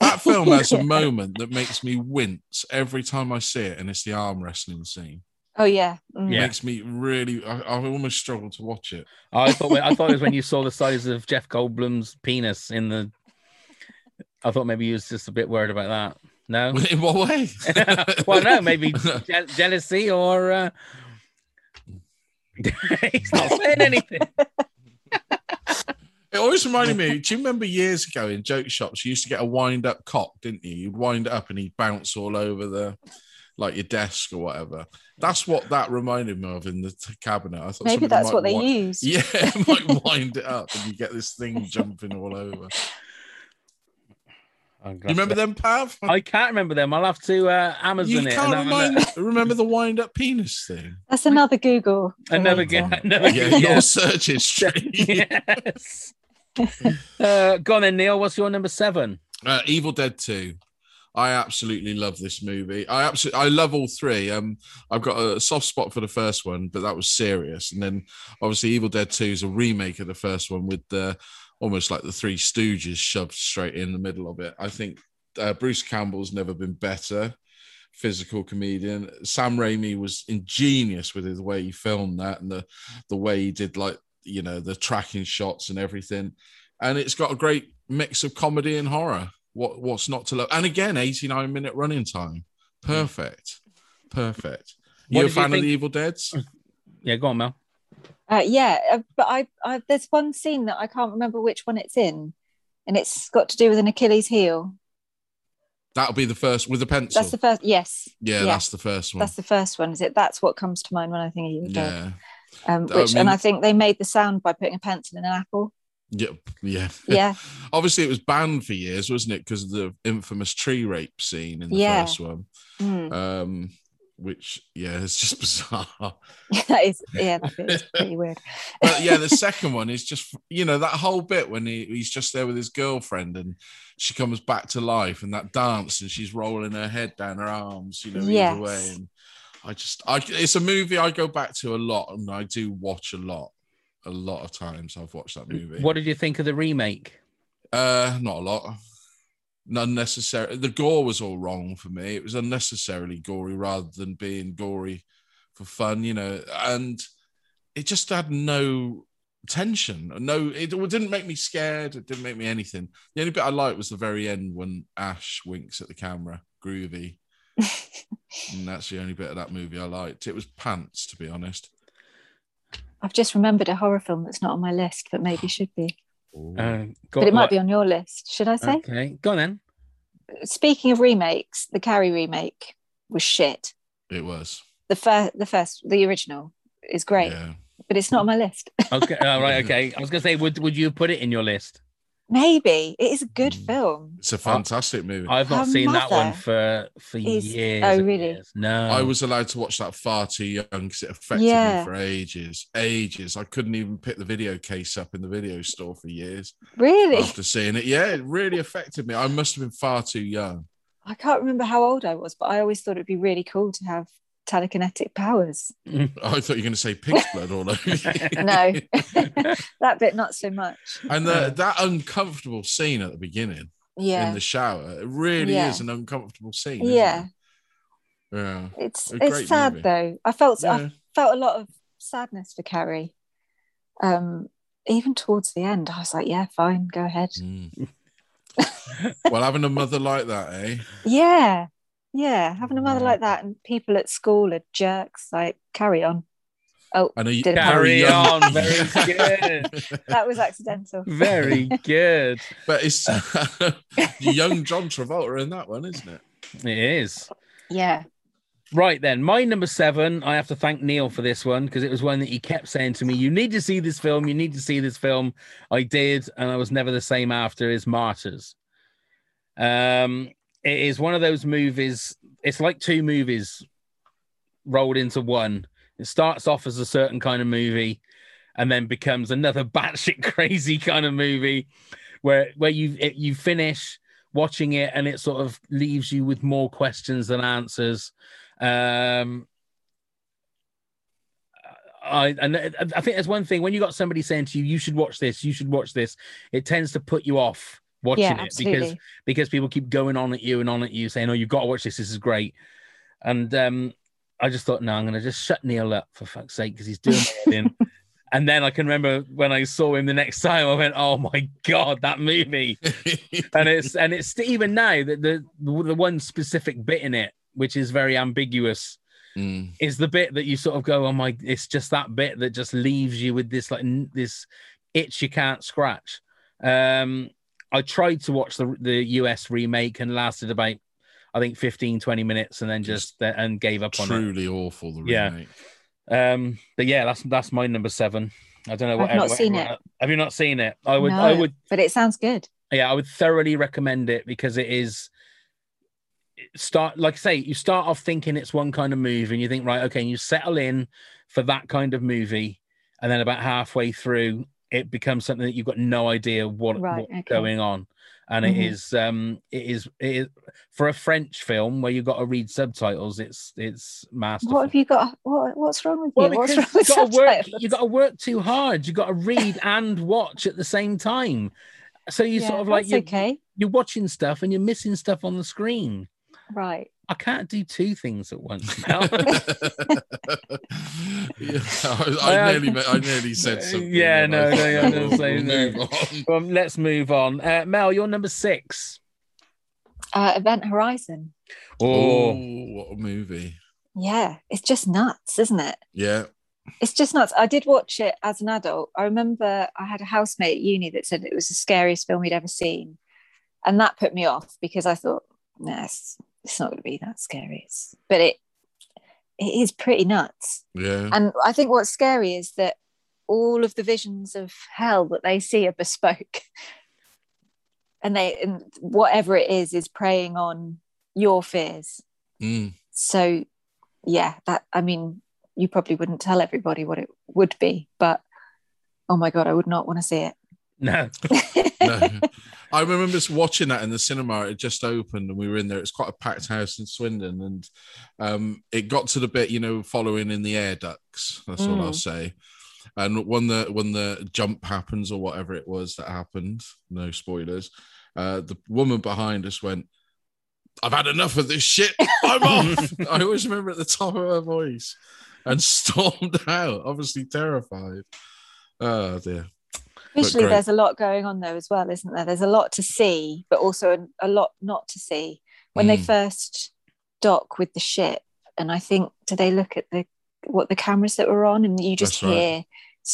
C: That film has a
E: Yeah.
C: moment that makes me wince every time I see it, and it's the arm wrestling scene.
E: Oh yeah, Mm.
B: Yeah.
C: Makes me really, I, I almost struggle to watch it.
B: I thought I thought it was when you saw the size of Jeff Goldblum's penis in the. I thought maybe you was just a bit worried about that. No.
C: In what way?
B: well, no, maybe je- jealousy or. Uh... He's not saying anything.
C: It always reminded me. Do you remember years ago in joke shops, you used to get a wind up cock, didn't you? You'd wind it up and he'd bounce all over the, like your desk or whatever. That's what that reminded me of in the t- cabinet. I thought
E: maybe
C: somebody
E: that's
C: might
E: what they
C: wi-
E: use.
C: Yeah, it might wind it up and you get this thing jumping all over. You remember them, Pav?
B: I can't remember them. I'll have to uh, Amazon
C: you
B: it.
C: can't
B: and-
C: remind, remember the wind up penis thing.
E: That's another Google. for me.
B: Another good. Another
C: Yeah,
B: good-
C: your search history.
B: yes. uh, go on then, Neil. What's your number seven?
C: Uh, Evil Dead Two. I absolutely love this movie. I absolutely I love all three. Um, I've got a soft spot for the first one, but that was serious. And then obviously Evil Dead Two is a remake of the first one with the almost like the Three Stooges shoved straight in the middle of it. I think uh, Bruce Campbell's never been better. Physical comedian Sam Raimi was ingenious with the way he filmed that and the the way he did like you know the tracking shots and everything and it's got a great mix of comedy and horror. What what's not to love? And again, eighty nine minute running time. Perfect, perfect.
B: What
C: You a
B: did you
C: fan of
B: think-
C: the Evil Dead's?
B: Yeah, go on, Mel.
E: Uh, yeah, uh, but I, I there's one scene that I can't remember which one it's in, and it's got to do with an Achilles heel.
C: That'll be the first with the pencil.
E: That's the first. Yes,
C: yeah,
E: yeah.
C: that's the first one.
E: that's the first one. Is it? That's what comes to mind when I think of you. Dave.
C: Hmm. yeah,
E: Um,
C: I
E: which,
C: mean-
E: and I think they made the sound by putting a pencil in an apple.
C: yeah, yeah.
E: Yeah,
C: Obviously, it was banned for years, wasn't it? Because of the infamous tree rape scene in the
E: Yeah.
C: first one.
E: Mm.
C: Um, which yeah, it's just bizarre.
E: that is. Yeah, that bit is pretty weird.
C: but yeah, the second one is just you know that whole bit when he, he's just there with his girlfriend and she comes back to life and that dance and she's rolling her head down her arms, you know,
E: Yes.
C: either way. And, I just, I, it's a movie I go back to a lot, and I do watch a lot, a lot of times. I've watched that movie.
B: What did you think of the remake?
C: Uh, not a lot. Unnecessary. The gore was all wrong for me. It was unnecessarily gory rather than being gory for fun, you know. And it just had no tension. No, it, it didn't make me scared. It didn't make me anything. The only bit I liked was the very end when Ash winks at the camera. Groovy. and that's the only bit of that movie I liked. It was pants, to be honest.
E: I've just remembered a horror film that's not on my list, but maybe should be.
B: Uh, got
E: But it might
B: what-
E: be on your list, should I say?
B: Okay, go on then.
E: Speaking of remakes, the Carrie remake was shit.
C: It was.
E: The first, the first, the original is great,
C: Yeah.
E: but it's not on my list.
B: Okay, all right, okay. I was gonna say, would would you put it in your list?
E: maybe it is a good
C: Mm.
E: film.
C: It's a fantastic movie. I,
B: I've not
E: Her
B: seen that one
E: mother
B: for for
E: is-
B: years.
E: oh,
B: and
E: really?
B: years. No,
C: was allowed to watch that far too young because it affected
E: Um, Yeah.
C: me for ages. Ages. I couldn't even pick the video case up in the video store for years
E: Really,
C: after seeing it. Yeah, it really affected me. I must have been far too young.
E: I can't remember how old I was, but I always thought it'd be really cool to have telekinetic powers.
C: I thought you were going to say pig's blood all over. you.
E: No, that bit not so much.
C: And the, that uncomfortable scene at the beginning in
E: Yeah,
C: the shower, it really
E: Yeah.
C: is an uncomfortable scene. isn't
E: yeah.
C: it? Yeah.
E: It's
C: A
E: it's
C: great
E: sad
C: movie.
E: though. I felt
C: Yeah.
E: I felt a lot of sadness for Carrie. Um, even towards the end, I was like, yeah, fine, go ahead.
C: Mm. well, having a mother like that, eh?
E: Yeah, yeah. Having a mother
C: Yeah.
E: like that and people at school are jerks. Like, carry on. Oh,
C: And a,
E: Did it-
B: Carry
C: young-
B: on, very good.
E: that was accidental.
B: very good.
C: But it's young John Travolta in that one, isn't it?
B: It is.
E: Yeah.
B: Right then, my number seven. I have to thank Neil for this one because it was one that he kept saying to me, "You need to see this film. You need to see this film." I did, and I was never the same after. Is Martyrs. Um, it is one of those movies. It's like two movies rolled into one. It starts off as a certain kind of movie, and then becomes another batshit crazy kind of movie, where where you it, you finish watching it and it sort of leaves you with more questions than answers. Um, I and I I think there's one thing when you got somebody saying to you, "You should watch this. You should watch this," it tends to put you off watching
E: yeah,
B: it because
E: absolutely.
B: because people keep going on at you and on at you saying, "Oh, you've got to watch this. This is great." And um, I just thought, no, I'm going to just shut Neil up for fuck's sake because he's doing it in. And then I can remember when I saw him the next time, I went, "Oh my god, that movie!" and it's and it's even now that the the one specific bit in it which is very ambiguous
C: Mm.
B: is the bit that you sort of go, oh my, it's just that bit that just leaves you with this like n- this itch you can't scratch. Um, I tried to watch the the US remake and lasted about I think 15, 20 minutes and then just uh, and gave up on it.
C: Truly awful, the
B: Yeah.
C: remake.
B: Um, but yeah, that's that's my number seven. I don't know what
E: I've not
B: everyone-
E: seen
B: everyone
E: it.
B: else- Have you not seen it? I would I
E: No.
B: would
E: But it sounds good.
B: yeah, I would thoroughly recommend it because it is it start like I say, you start off thinking it's one kind of movie, and you think, right, okay, and you settle in for that kind of movie, and then about halfway through, it becomes something that you've got no idea what,
E: Right,
B: what's
E: okay.
B: going on. And it
E: Mhm.
B: is um it is it is for a French film where you've got to read subtitles, it's it's masterful.
E: What have you got? What, what's wrong with
B: well,
E: you? What's
B: because
E: wrong
B: you
E: with
B: got to work.
E: subtitles?
B: You got to work too hard. You got to read and watch at the same time. So you
E: Yeah,
B: sort of like
E: that's
B: you,
E: okay.
B: you're watching stuff and you're missing stuff on the screen.
E: Right.
B: I can't do two things at once now.
C: yeah, I, I
B: Um,
C: nearly, I nearly said something.
B: yeah,
C: but
B: no,
C: I-
B: no, yeah, no,
C: we'll
B: say no.
C: move on.
B: well, let's move on. Uh, Mel, you're number six.
E: Uh, Event Horizon.
B: Oh,
C: Ooh, what a movie!
E: Yeah, it's just nuts, isn't it?
C: Yeah,
E: It's just nuts. I did watch it as an adult. I remember I had a housemate at uni that said it was the scariest film he'd ever seen. And that put me off because I thought, nah, it's, it's not going to be that scary. It's, but it it is pretty nuts.
C: yeah.
E: And I think what's scary is that all of the visions of hell that they see are bespoke. And they and whatever it is is preying on your fears.
C: Mm.
E: So, yeah, that I mean, you probably wouldn't tell everybody what it would be, but oh my god, I would not want to see it.
B: No.
C: No. I remember just watching that in the cinema. It had just opened and we were in there. It's quite a packed house in Swindon. And um, it got to the bit, you know, following in the air ducts. That's all I'll say. And when the when the jump happens or whatever it was that happened, no spoilers, uh, the woman behind us went, I've had enough of this shit. I'm off. I always remember at the top of her voice and stormed out, obviously terrified. Oh dear. But
E: Visually,
C: great.
E: there's a lot going on though as well, isn't there? There's a lot to see, but also a, a lot not to see. When they
C: Mm.
E: first dock with the ship, and I think do they look at the what the cameras that were on, and you just
C: That's right.
E: hear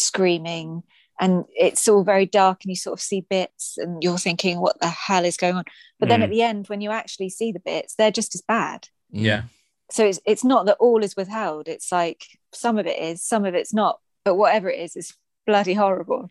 E: screaming, and it's all very dark, and you sort of see bits, and you're thinking, what the hell is going on? But then
B: Mm.
E: at the end, when you actually see the bits, they're just as bad.
C: Mm.
B: Yeah.
E: So it's it's not that all is withheld. It's like some of it is, some of it's not. But whatever it is, is bloody horrible.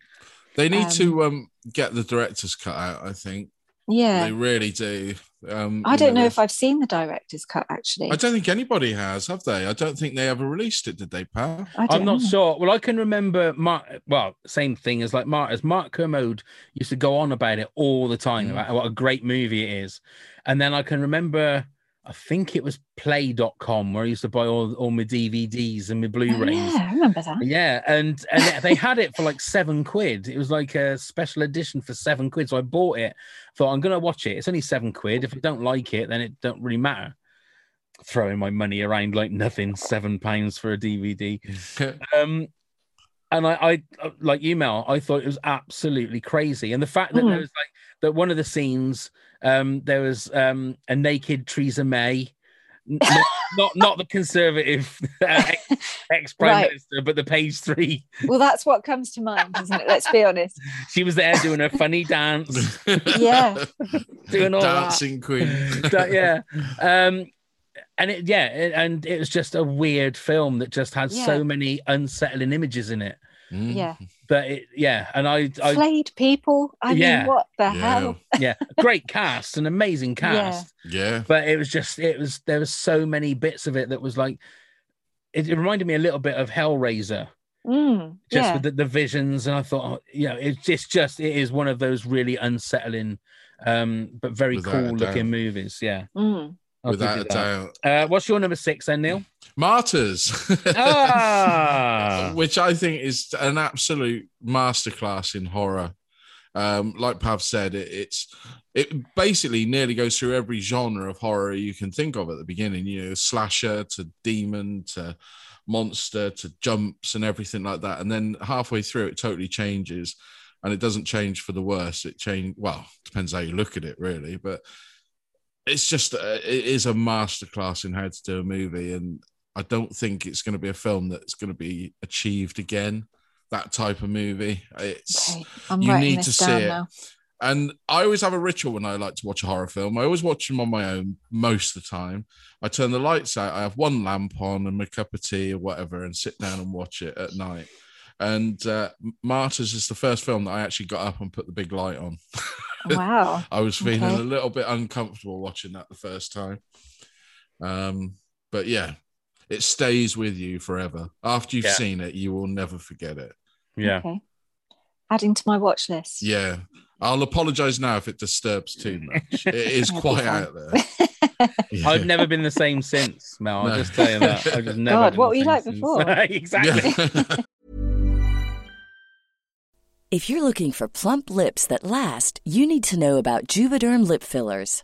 C: They need
E: Um,
C: to um, get the director's cut out, I think.
E: Yeah.
C: They really do. Um,
E: I
C: you
E: don't know if
C: they-
E: I've seen the director's cut actually.
C: I don't think anybody has, have they? I don't think they ever released it, did they, pal?
E: I don't
B: I'm not
E: know.
B: sure. Well, I can remember Mark. Well, same thing as like Mark. As Mark Kermode used to go on about it all the time
C: Mm.
B: about what a great movie it is, and then I can remember. I think it was Play.com where I used to buy all, all my DVDs and my
E: Oh,
B: Blu-rays.
E: yeah, I remember that.
B: Yeah, and and they had it for like seven quid. It was like a special edition for seven quid. So I bought it. Thought I'm gonna watch it. It's only seven quid. If I don't like it, then it don't really matter. Throwing my money around like nothing. Seven pounds for a DVD. Um, and I, I like you, Mel. I thought it was absolutely crazy, and the fact that there
E: Mm.
B: was like that one of the scenes, um, there was um a naked Theresa May, N- not not, not the conservative uh, ex prime
E: Right.
B: minister, but the page three.
E: Well, that's what comes to mind, isn't it? Let's be honest.
B: She was there doing her funny dance.
E: Yeah.
B: Doing all that.
C: Dancing queen.
B: That- yeah, um, and it yeah, it, and it was just a weird film that just had
E: Yeah.
B: so many unsettling images in it.
C: Mm.
E: Yeah.
B: But it, yeah, and I, I
E: Flayed people. I
B: Yeah.
E: mean, what the
C: Yeah.
E: hell?
B: yeah great cast an amazing
E: Yeah.
B: cast
C: Yeah.
B: but it was just it was there was so many bits of it that was like it, it reminded me a little bit of hellraiser
E: Mm,
B: just
E: yeah.
B: with the, the visions and i thought oh, you know it's just, just it is one of those really unsettling um but very
C: Without a
B: cool
C: doubt.
B: looking movies yeah
E: Mm.
B: I'll give
C: Without
B: you
C: a
B: that.
C: doubt.
B: uh what's your number six then neil
C: Martyrs.
B: ah
C: which I think is an absolute masterclass in horror. Um, like Pav said, it, it's it basically nearly goes through every genre of horror you can think of at the beginning. You know, slasher to demon to monster to jumps and everything like that. And then halfway through, it totally changes, and it doesn't change for the worse. It change well depends how you look at it, really, but. It's just, uh, it is a masterclass in how to do a movie. And I don't think it's going to be a film that's going to be achieved again. That type of movie. It's
E: Okay. I'm
C: you
E: writing
C: need
E: this
C: to see
E: down
C: it.
E: now.
C: and I always have a ritual when I like to watch a horror film. I always watch them on my own most of the time. I turn the lights out. I have one lamp on and my cup of tea or whatever, and sit down and watch it at night. And uh, Martyrs is the first film that I actually got up and put the big light on.
E: Wow.
C: I was feeling
E: Okay.
C: a little bit uncomfortable watching that the first time. Um, but yeah, it stays with you forever. After you've
B: Yeah.
C: seen it, you will never forget it.
B: yeah
E: Okay. Adding to my watch list.
C: Yeah. I'll apologize now if it disturbs too much. It is
E: That'll be
C: quite
E: fine.
C: out there. Yeah.
B: I've never been the same since, Mel. I'll
C: No.
B: just tell you that. I've just never
E: God,
B: been
E: what
B: the
E: were you
B: same
E: like
B: since.
E: before?
B: exactly.
C: Yeah.
F: If you're looking for plump lips that last, you need to know about Juvederm lip fillers.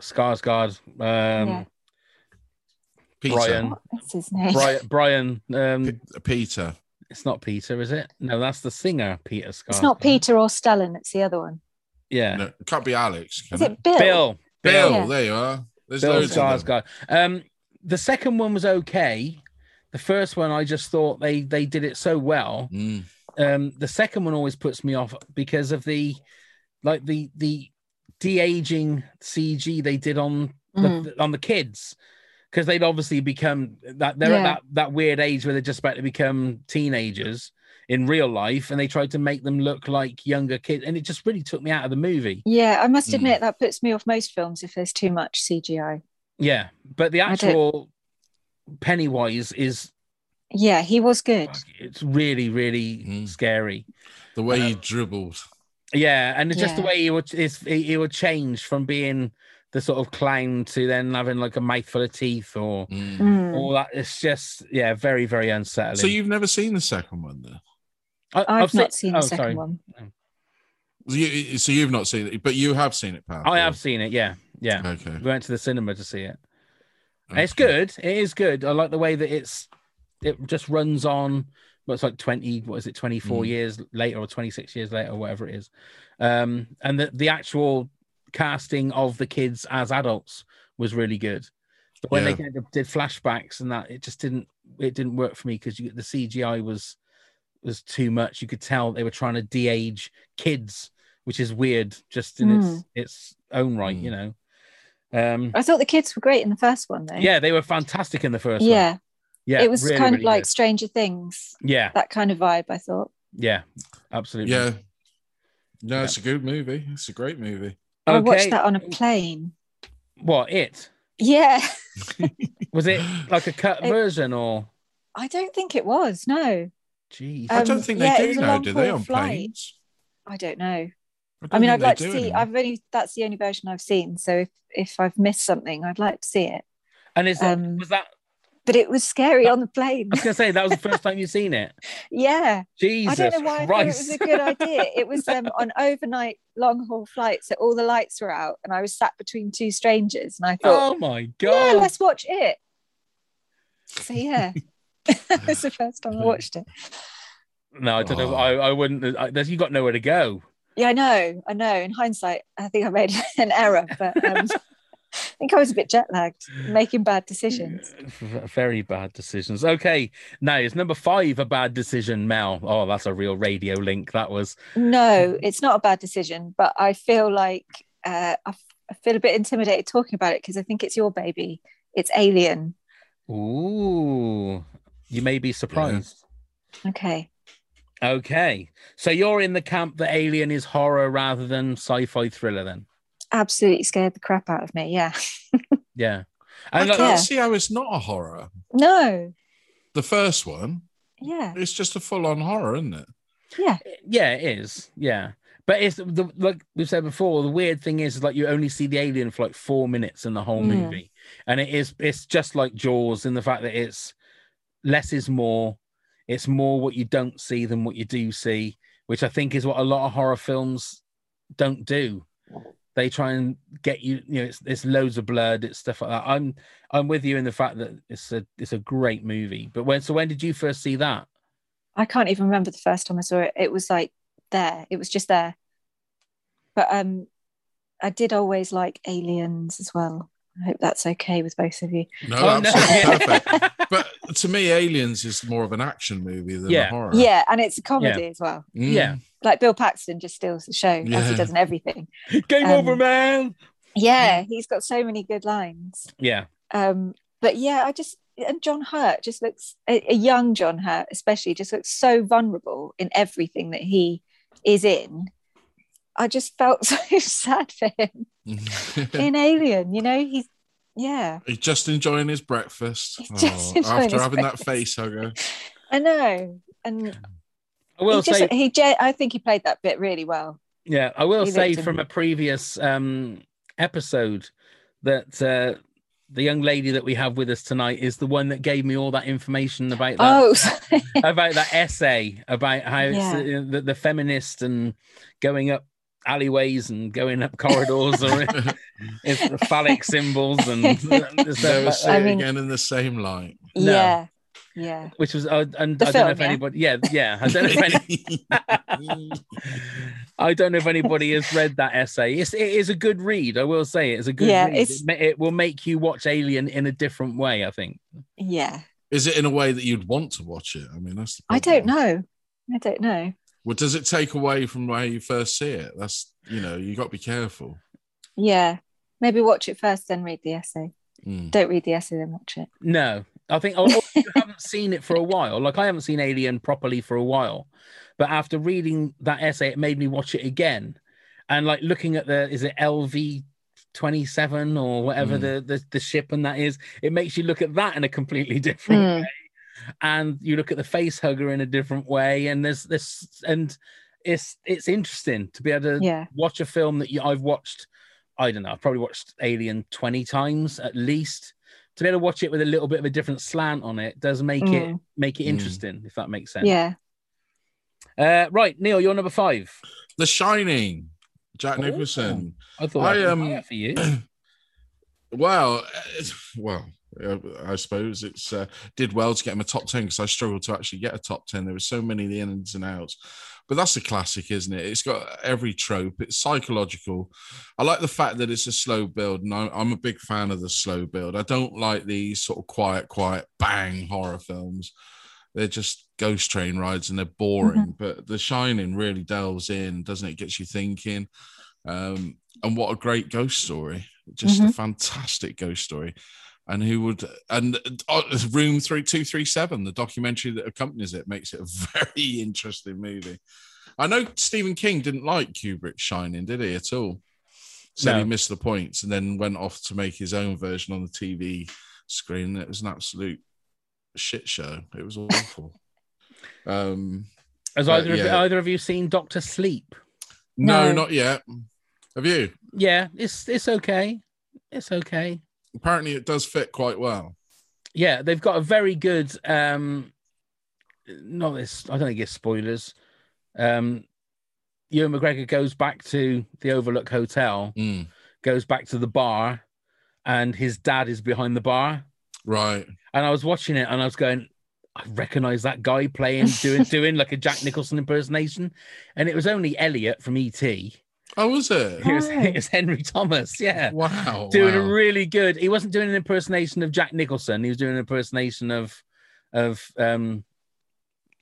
B: Skarsgård, um,
E: Yeah.
C: Peter.
B: Brian,
E: what's his name?
B: Brian, Brian. Um,
C: Peter.
B: it's not Peter, is it? No, that's the singer, Peter Skarsgård.
E: It's not Peter or Stellan. It's the other one.
B: Yeah,
C: No, can't be Alex. Can
E: Is it Bill?
B: Bill.
C: Bill,
E: Yeah.
C: there you are. There's
B: Bill
C: loads of
B: Skarsgård.
C: them.
B: Um, the second one was okay. The first one, I just thought they they did it so well.
C: Mm.
B: Um, the second one always puts me off because of the like the the de aging CG they did on the, on the kids because they'd obviously become that they're
E: Yeah.
B: at that that weird age where they're just about to become teenagers in real life, and they tried to make them look like younger kids, and it just really took me out of the movie.
E: Yeah, I
B: Hmm.
E: must
C: Mm.
E: admit that puts me off most films if there's too much CGI.
B: Yeah, but the
E: I don't-
B: actual Pennywise is
E: Yeah, he was good.
B: fuck, it's really really
C: Mm.
B: scary.
C: The way he dribbled.
B: Yeah, and it's just the
E: Yeah.
B: way he would is he, he would change from being the sort of clown to then having like a mouthful of teeth or
C: Mm.
E: Mm.
B: all that. It's just yeah, very very unsettling.
C: So you've never seen the second one, then?
B: I,
E: I've
B: se-
E: not seen the
B: oh,
E: second
B: sorry.
E: one.
C: You- so you've not seen it, but you have seen it, pal.
B: I have seen it. Yeah, yeah.
C: Okay.
B: We went to the cinema to see it. And It's
C: Okay.
B: good. It is good. I like the way that it's it just runs on. But it's like twenty. What is it? Twenty four
C: Mm.
B: years later, or twenty six years later, or whatever it is. Um, and the the actual casting of the kids as adults was really good. But when they
C: Yeah.
B: kind of did flashbacks and that, it just didn't it didn't work for me because the CGI was was too much. You could tell they were trying to de-age kids, which is weird, just in
E: Hmm.
B: its its own
C: Hmm.
B: right, you know. Um,
E: I thought the kids were great in the first one, though.
B: yeah, they were fantastic in the first one.
E: yeah.
B: yeah,
E: it was
B: really,
E: kind of
B: really
E: like
B: good.
E: Stranger Things,
B: yeah,
E: that kind of vibe. I thought.
B: yeah, absolutely.
C: Yeah. No, it's a good movie. It's a great movie.
E: I watched that on a plane.
B: What it
E: Yeah,
B: was it like a cut
E: It-
B: version or?
E: I don't think it was. No,
B: Gee,
C: I
E: Um,
C: don't think they
E: yeah, it
C: do
E: was a
C: now, do they?
E: long-haul
C: On
E: flight.
C: planes.
E: I don't know. I mean,
C: don't think
E: I'd
C: they
E: like to
C: do
E: see.
C: anymore.
E: I've only that's the only version I've seen. So if if I've missed something, I'd like to see it.
B: and is that
E: um,
B: was that?
E: But it was scary on the plane.
B: I was gonna say that was the first time you've seen it.
E: yeah,
B: Jesus
E: I don't know why I thought it was
B: Christ.
E: a good idea. It was um, on overnight long haul flight, so all the lights were out, and I was sat between two strangers, and I thought,
B: oh my
E: yeah,
B: god.
E: let's watch it. So yeah, it's the first time I watched it.
B: No, I don't know.
C: Oh.
B: I, I wouldn't. I, there's- you got nowhere to go.
E: Yeah, I know. I know. In hindsight, I think I made an error, but um, think I was a bit jet lagged, making bad decisions.
B: Uh, V- Very bad decisions. Okay, now it's number five. A bad decision, Mel. Oh, that's a real radio link. That was.
E: No, it's not a bad decision, but I feel like uh, I, f- I feel a bit intimidated talking about it because I think it's your baby. It's Alien.
B: Ooh, you may be surprised.
E: Okay.
B: Okay, so you're in the camp that Alien is horror rather than sci-fi thriller. Then,
E: Absolutely scared the crap out of me. Yeah.
B: yeah.
C: I
E: And, uh,
C: can't
E: Yeah.
C: see how it's not a horror.
E: No.
C: The first one,
E: Yeah.
C: it's just a full-on horror, isn't it?
E: Yeah.
B: Yeah, it is. Yeah. But it's the like we've said before, the weird thing is, is like you only see the alien for like four minutes in the whole
E: Mm.
B: movie. And it is it's just like Jaws in the fact that it's less is more, it's more what you don't see than what you do see, which I think is what a lot of horror films don't do. They try and get you, you know, it's, it's loads of blood, it's stuff like that. I'm I'm with you in the fact that it's a it's a great movie. But when so when did you first see that?
E: I can't even remember the first time I saw it. It was like there. It was just there. But um I did always like aliens as well. I hope that's okay with both of you.
C: No,
B: Oh, no.
C: absolutely perfect. But to me, Aliens is more of an action movie than
B: Yeah.
C: a horror.
E: Yeah, and it's a comedy as well.
C: Mm.
B: Yeah.
E: Like Bill Paxton just steals the show as he
B: Yeah.
E: does in everything.
B: Game
E: Um,
B: over, man.
E: Yeah, he's got so many good lines.
B: Mm. Yeah.
E: Um, but yeah, I just and John Hurt just looks a, a young John Hurt especially just looks so vulnerable in everything that he is in. I just felt so sad for him in Alien. You know, he's yeah,
C: He's just enjoying his breakfast.
E: just
C: Oh,
E: enjoying
C: after
E: his
C: having
E: breakfast.
C: that face hugger.
E: I know, and
B: I will
E: he just
B: say
E: he. gen- I think he played that bit really well.
B: Yeah, I will
E: He
B: say
E: looked in-
B: from a previous um, episode that uh, the young lady that we have with us tonight is the one that gave me all that information about that
E: Oh,
B: about that essay about how it's,
E: Yeah.
B: uh, the, the feminist and going up alleyways and going up corridors or it's the phallic symbols and
C: Never see
E: I
C: it
E: mean-
C: again in the same light.
B: No.
E: yeah, yeah.
B: which was uh, and
E: The film,
B: I don't know if
E: yeah?
B: anybody yeah yeah I don't know if any I don't know if anybody has read that essay it's it is a good read I will say it's a good
E: Yeah,
B: read
E: it's-
B: It, ma- it will make you watch Alien in a different way I think
E: Yeah,
C: Is it in a way that you'd want to watch it? I mean, that's the
E: I
C: problem.
E: don't know. I don't know.
C: Well, does it take away from where you first see it? That's you know, you got to be careful.
E: Yeah, maybe watch it first, then read the essay.
C: Mm.
E: Don't read the essay, then watch it.
B: no I think or, or if you haven't seen it for a while like I haven't seen Alien properly for a while but after reading that essay it made me watch it again and like looking at the is it LV 27 or whatever
C: Mm.
B: the, the the ship and that is it makes you look at that in a completely different
C: Hmm.
E: Mm.
B: way and you look at the face hugger in a different way and there's this and it's it's interesting to be able to
E: Yeah.
B: watch a film that you, I've watched I don't know I've probably watched Alien 20 times at least to be able to watch it with a little bit of a different slant on it does make it
E: Mm.
B: make it
C: Mm.
B: interesting if that makes sense
E: Yeah.
B: uh, right Neil you're number five
C: The Shining, Jack Nicholson.
B: I thought
C: I,
B: I
C: um,
B: am for you
C: Well, uh, well, uh, I suppose it's uh, did well to get him a top ten because I struggled to actually get a top ten. There were so many the ins and outs, but that's a classic, isn't it? It's got every trope. It's psychological. I like the fact that it's a slow build, and I'm, I'm a big fan of the slow build. I don't like these sort of quiet, quiet bang horror films. They're just ghost train rides and they're boring. But The Shining really delves in, doesn't it? Gets you thinking. Um, and what a great ghost story! Just a
E: Mhm.
C: fantastic ghost story. And who would and uh, Room Three Two Three Seven, the documentary that accompanies it, makes it a very interesting movie. I know Stephen King didn't like Kubrick's Shining, did he at all? Said he
B: No.
C: missed the points, and then went off to make his own version on the TV screen. It was an absolute shit show. It was awful. um,
B: Has
C: But,
B: either of,
C: yeah.
B: either of you seen Doctor Sleep?
C: no,
E: No.
C: not yet. Have you?
B: Yeah, it's it's okay. It's okay.
C: Apparently, it does fit quite well.
B: Yeah, they've got a very good um not this I don't think it's spoilers. Um Ewan McGregor goes back to the Overlook Hotel,
C: Mm,
B: goes back to the bar, and his dad is behind the bar.
C: right.
B: And I was watching it and I was going, I recognize that guy playing, doing doing like a Jack Nicholson impersonation. And it was only Elliot from E.T.
C: Oh, was it?
B: It was, it was Henry Thomas. Yeah.
C: Wow.
B: Doing a
C: wow.
B: really good. He wasn't doing an impersonation of Jack Nicholson. He was doing an impersonation of, of um,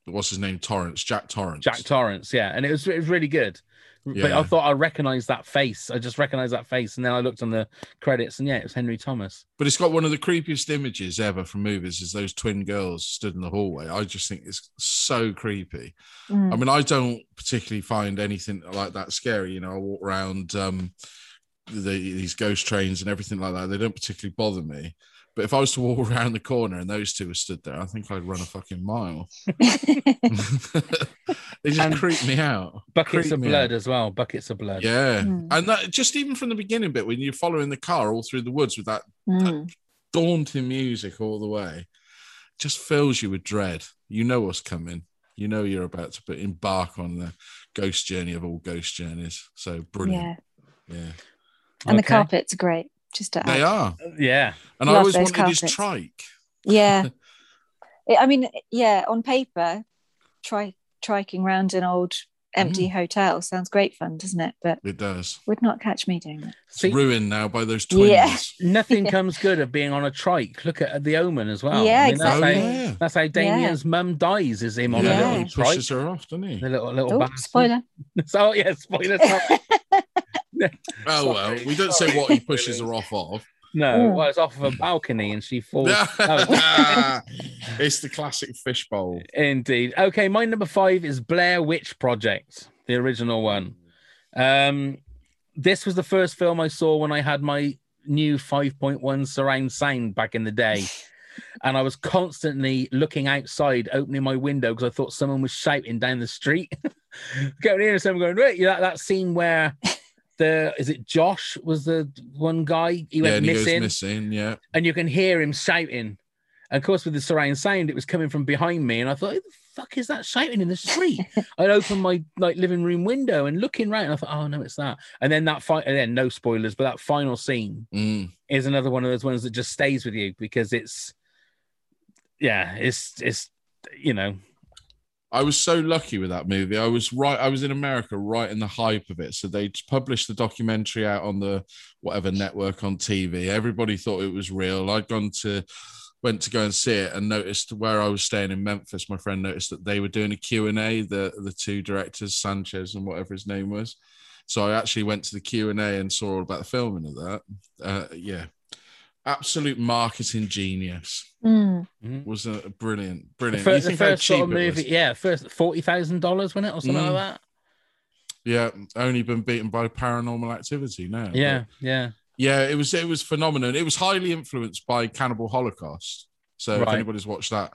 C: What's his name? Torrance. Jack Torrance.
B: Jack Torrance. Yeah, and it was it was really good. But
C: Yeah.
B: I thought I recognized that face. I just recognized that face, and then I looked on the credits, and yeah, it was Henry Thomas.
C: But it's got one of the creepiest images ever from movies is those twin girls stood in the hallway. I just think it's so creepy.
B: Hmm.
G: Mm.
E: Hmm.
C: I mean, I don't particularly find anything like that scary. You know, I walk around um, the, these ghost trains and everything like that. They don't particularly bother me. But if I was to walk around the corner and those two were stood there, I think I'd run a fucking mile. they just creep me out.
B: Buckets
C: Creep
B: of
C: me
B: blood
C: out.
B: as well. Buckets of blood.
C: Yeah.
E: Hmm.
C: And that just even from the beginning bit when you're following the car all through the woods with that
E: Mm.
C: daunting music all the way just fills you with dread. You know what's coming. You know you're about to be- embark on the ghost journey of all ghost journeys. So brilliant. Yeah.
E: And the carpets are great. Just to add.
C: They are.
B: Yeah.
C: And I
E: Love
C: always
E: those
C: wanted his
E: carpets.
C: trike.
E: Yeah. I- I mean, yeah, on paper, try triking round an old empty
C: Mm-hmm.
E: hotel sounds great fun, doesn't it? But
C: It does.
E: would not catch me doing that.
C: It's ruined now by those twins.
B: Nothing comes good of being on a trike. Look at the omen as well.
E: Yeah,
B: That's how,
E: exactly. Oh, yeah.
B: that's how Damien's mum dies, is him on
C: Yeah,
B: a little
C: he
B: trike.
C: pushes her off, doesn't he?
B: The little, little
E: Oh,
B: bastard.
E: spoiler.
B: So, yeah, spoiler. sorry.
C: Oh well, we don't say what he pushes her off of.
B: no, well, it's off of a balcony and she falls. That was-
C: it's the classic fishbowl.
B: Indeed. Okay, my number five is Blair Witch Project, the original one. Um, this was the first film I saw when I had my new 5.1 surround sound back in the day. And I was constantly looking outside, opening my window because I thought someone was shouting down the street. going in and someone going, right, you know, that, that scene where the is it Josh was the one guy he
C: yeah,
B: went
C: and he goes
B: missing
C: missing. Yeah.
B: and you can hear him shouting. And of course, with the surround sound, it was coming from behind me, and I thought, "Who the fuck is that shouting in the street?" I'd open my like living room window and looking round, and I thought, "Oh no, it's that." And then that fight, and then no spoilers, but that final scene
C: Mm.
B: is another one of those ones that just stays with you because it's, yeah, it's it's you know,
C: I was so lucky with that movie. I was right. I was in America, right in the hype of it. So they published the documentary out on the whatever network on TV. Everybody thought it was real. I'd gone to went to go and see it and noticed where I was staying in Memphis. My friend noticed that they were doing a Q and A. The the two directors, Sanchez and whatever his name was. So I actually went to the Q and A and saw all about the filming of that. Uh, yeah, absolute marketing genius.
E: Mm.
C: Was a brilliant, brilliant.
B: the fir-
C: You
B: the
C: think how
B: first sort of
C: cheap it was?
B: movie, yeah, first forty thousand dollars, wasn't it, or something
C: Mm.
B: like
C: Yeah, only been beaten by paranormal activity now.
B: that? Yeah,
C: But-
B: yeah.
C: yeah, it was it was phenomenal. It was highly influenced by Cannibal Holocaust. So if
B: Right.
C: anybody's watched that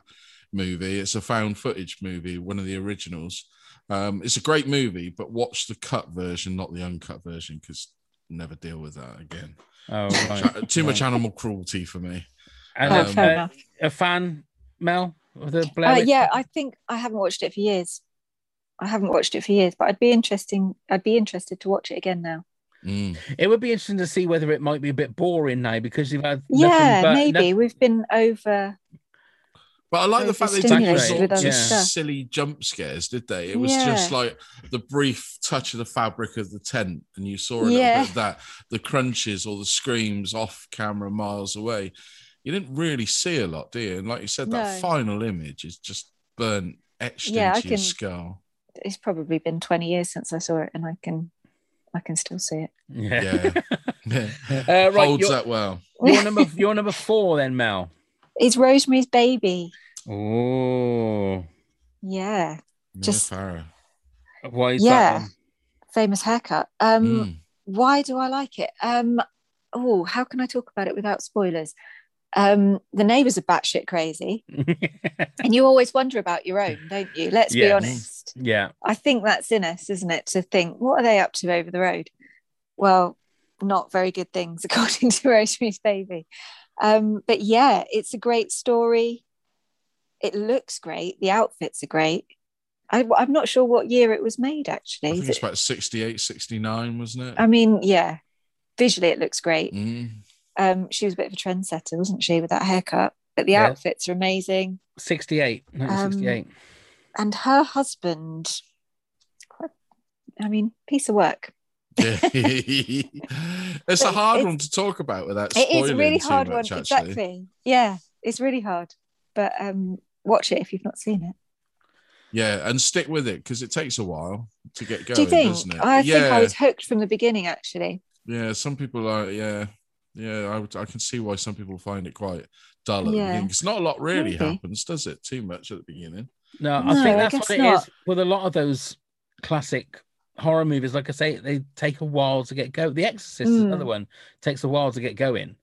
C: movie, it's a found footage movie, one of the originals. Um, it's a great movie, but watch the cut version, not the uncut version, because never deal with that again.
B: Oh,
C: Too
B: right.
C: much- too much
B: Right.
C: animal cruelty for me.
B: And
C: Um,
B: uh, a fan, Mel, of the Blair.
E: Oh, Uh,
B: Witch
E: yeah, I think I haven't watched it for years. I haven't watched it for years, but I'd be interesting. I'd be interested to watch it again now.
C: mm.
B: It would be interesting to see whether it might be a bit boring now because you've had nothing
E: yeah,
B: but-
E: maybe
B: noth-
E: we've been over.
C: But I like the
E: Those
C: fact
E: are
C: they didn't
E: stimulated
C: resort
E: with
C: to
E: other stuff.
C: silly jump scares, did they? It was
E: Yeah.
C: just like the brief touch of the fabric of the tent, and you saw a little
E: Yeah.
C: bit of that, the crunches or the screams off camera miles away. You didn't really see a lot, do you? And like you said, that
E: No.
C: final image is just burnt, etched
E: Yeah, I
C: into your
E: can-
C: skull.
E: It's probably been twenty years since I saw it, and I can, I can still see it.
C: Yeah.
B: Uh, right,
C: Holds
B: you're-
C: up well.
B: Your number, your number four, then, Mel.
E: It's Rosemary's Baby.
B: Oh,
E: Yeah, Just-
B: why is
E: yeah,
B: that? one? Hmm.
E: famous haircut. Um,
C: Hmm.
E: why do I like it? Um, oh, how can I talk about it without spoilers? Um, the neighbours are batshit crazy, and you always wonder about your own, don't you? Let's be
B: Yes.
E: honest.
B: Yeah,
E: I think that's in us, isn't it? To think, what are they up to over the road? Well, not very good things, according to Rosemary's Baby. Um, but yeah, it's a great story. It looks great. The outfits are great. I, I'm not sure what year it was made,
C: I
E: actually.
C: think
E: Is
C: it's
E: it-
C: about 68, 69, wasn't it?
E: I mean, yeah, visually it looks great.
C: Mm.
E: Um, she was a bit of a trendsetter, wasn't she, with that haircut? But the
B: Yeah.
E: outfits are amazing.
B: sixty-eight.
E: Um,
B: 1968.
E: And her husband, I mean, piece of work.
C: it's a hard one to talk about without
E: It
C: spoiling
E: is a really
C: too
E: hard
C: much,
E: one,
C: actually.
E: exactly. Yeah, it's really hard. But um, watch it if you've not seen it.
C: Yeah, and stick with it because it takes a while to get going,
E: Do you think?
C: doesn't it?
E: I
C: yeah,
E: think I was hooked from the beginning, actually.
C: yeah. Some people are, yeah, yeah. I, would- I can see why some people find it quite dull at the
E: Yeah.
C: beginning because not a lot really
E: Maybe.
C: happens, does it? Too much at the beginning.
B: No, I
E: No,
B: think
E: I
B: that's
E: guess
B: what it is
E: not.
B: with a lot of those classic horror movies. Like I say, they take a while to get go. The Exorcist is
E: Mm.
B: another one takes a while to get going.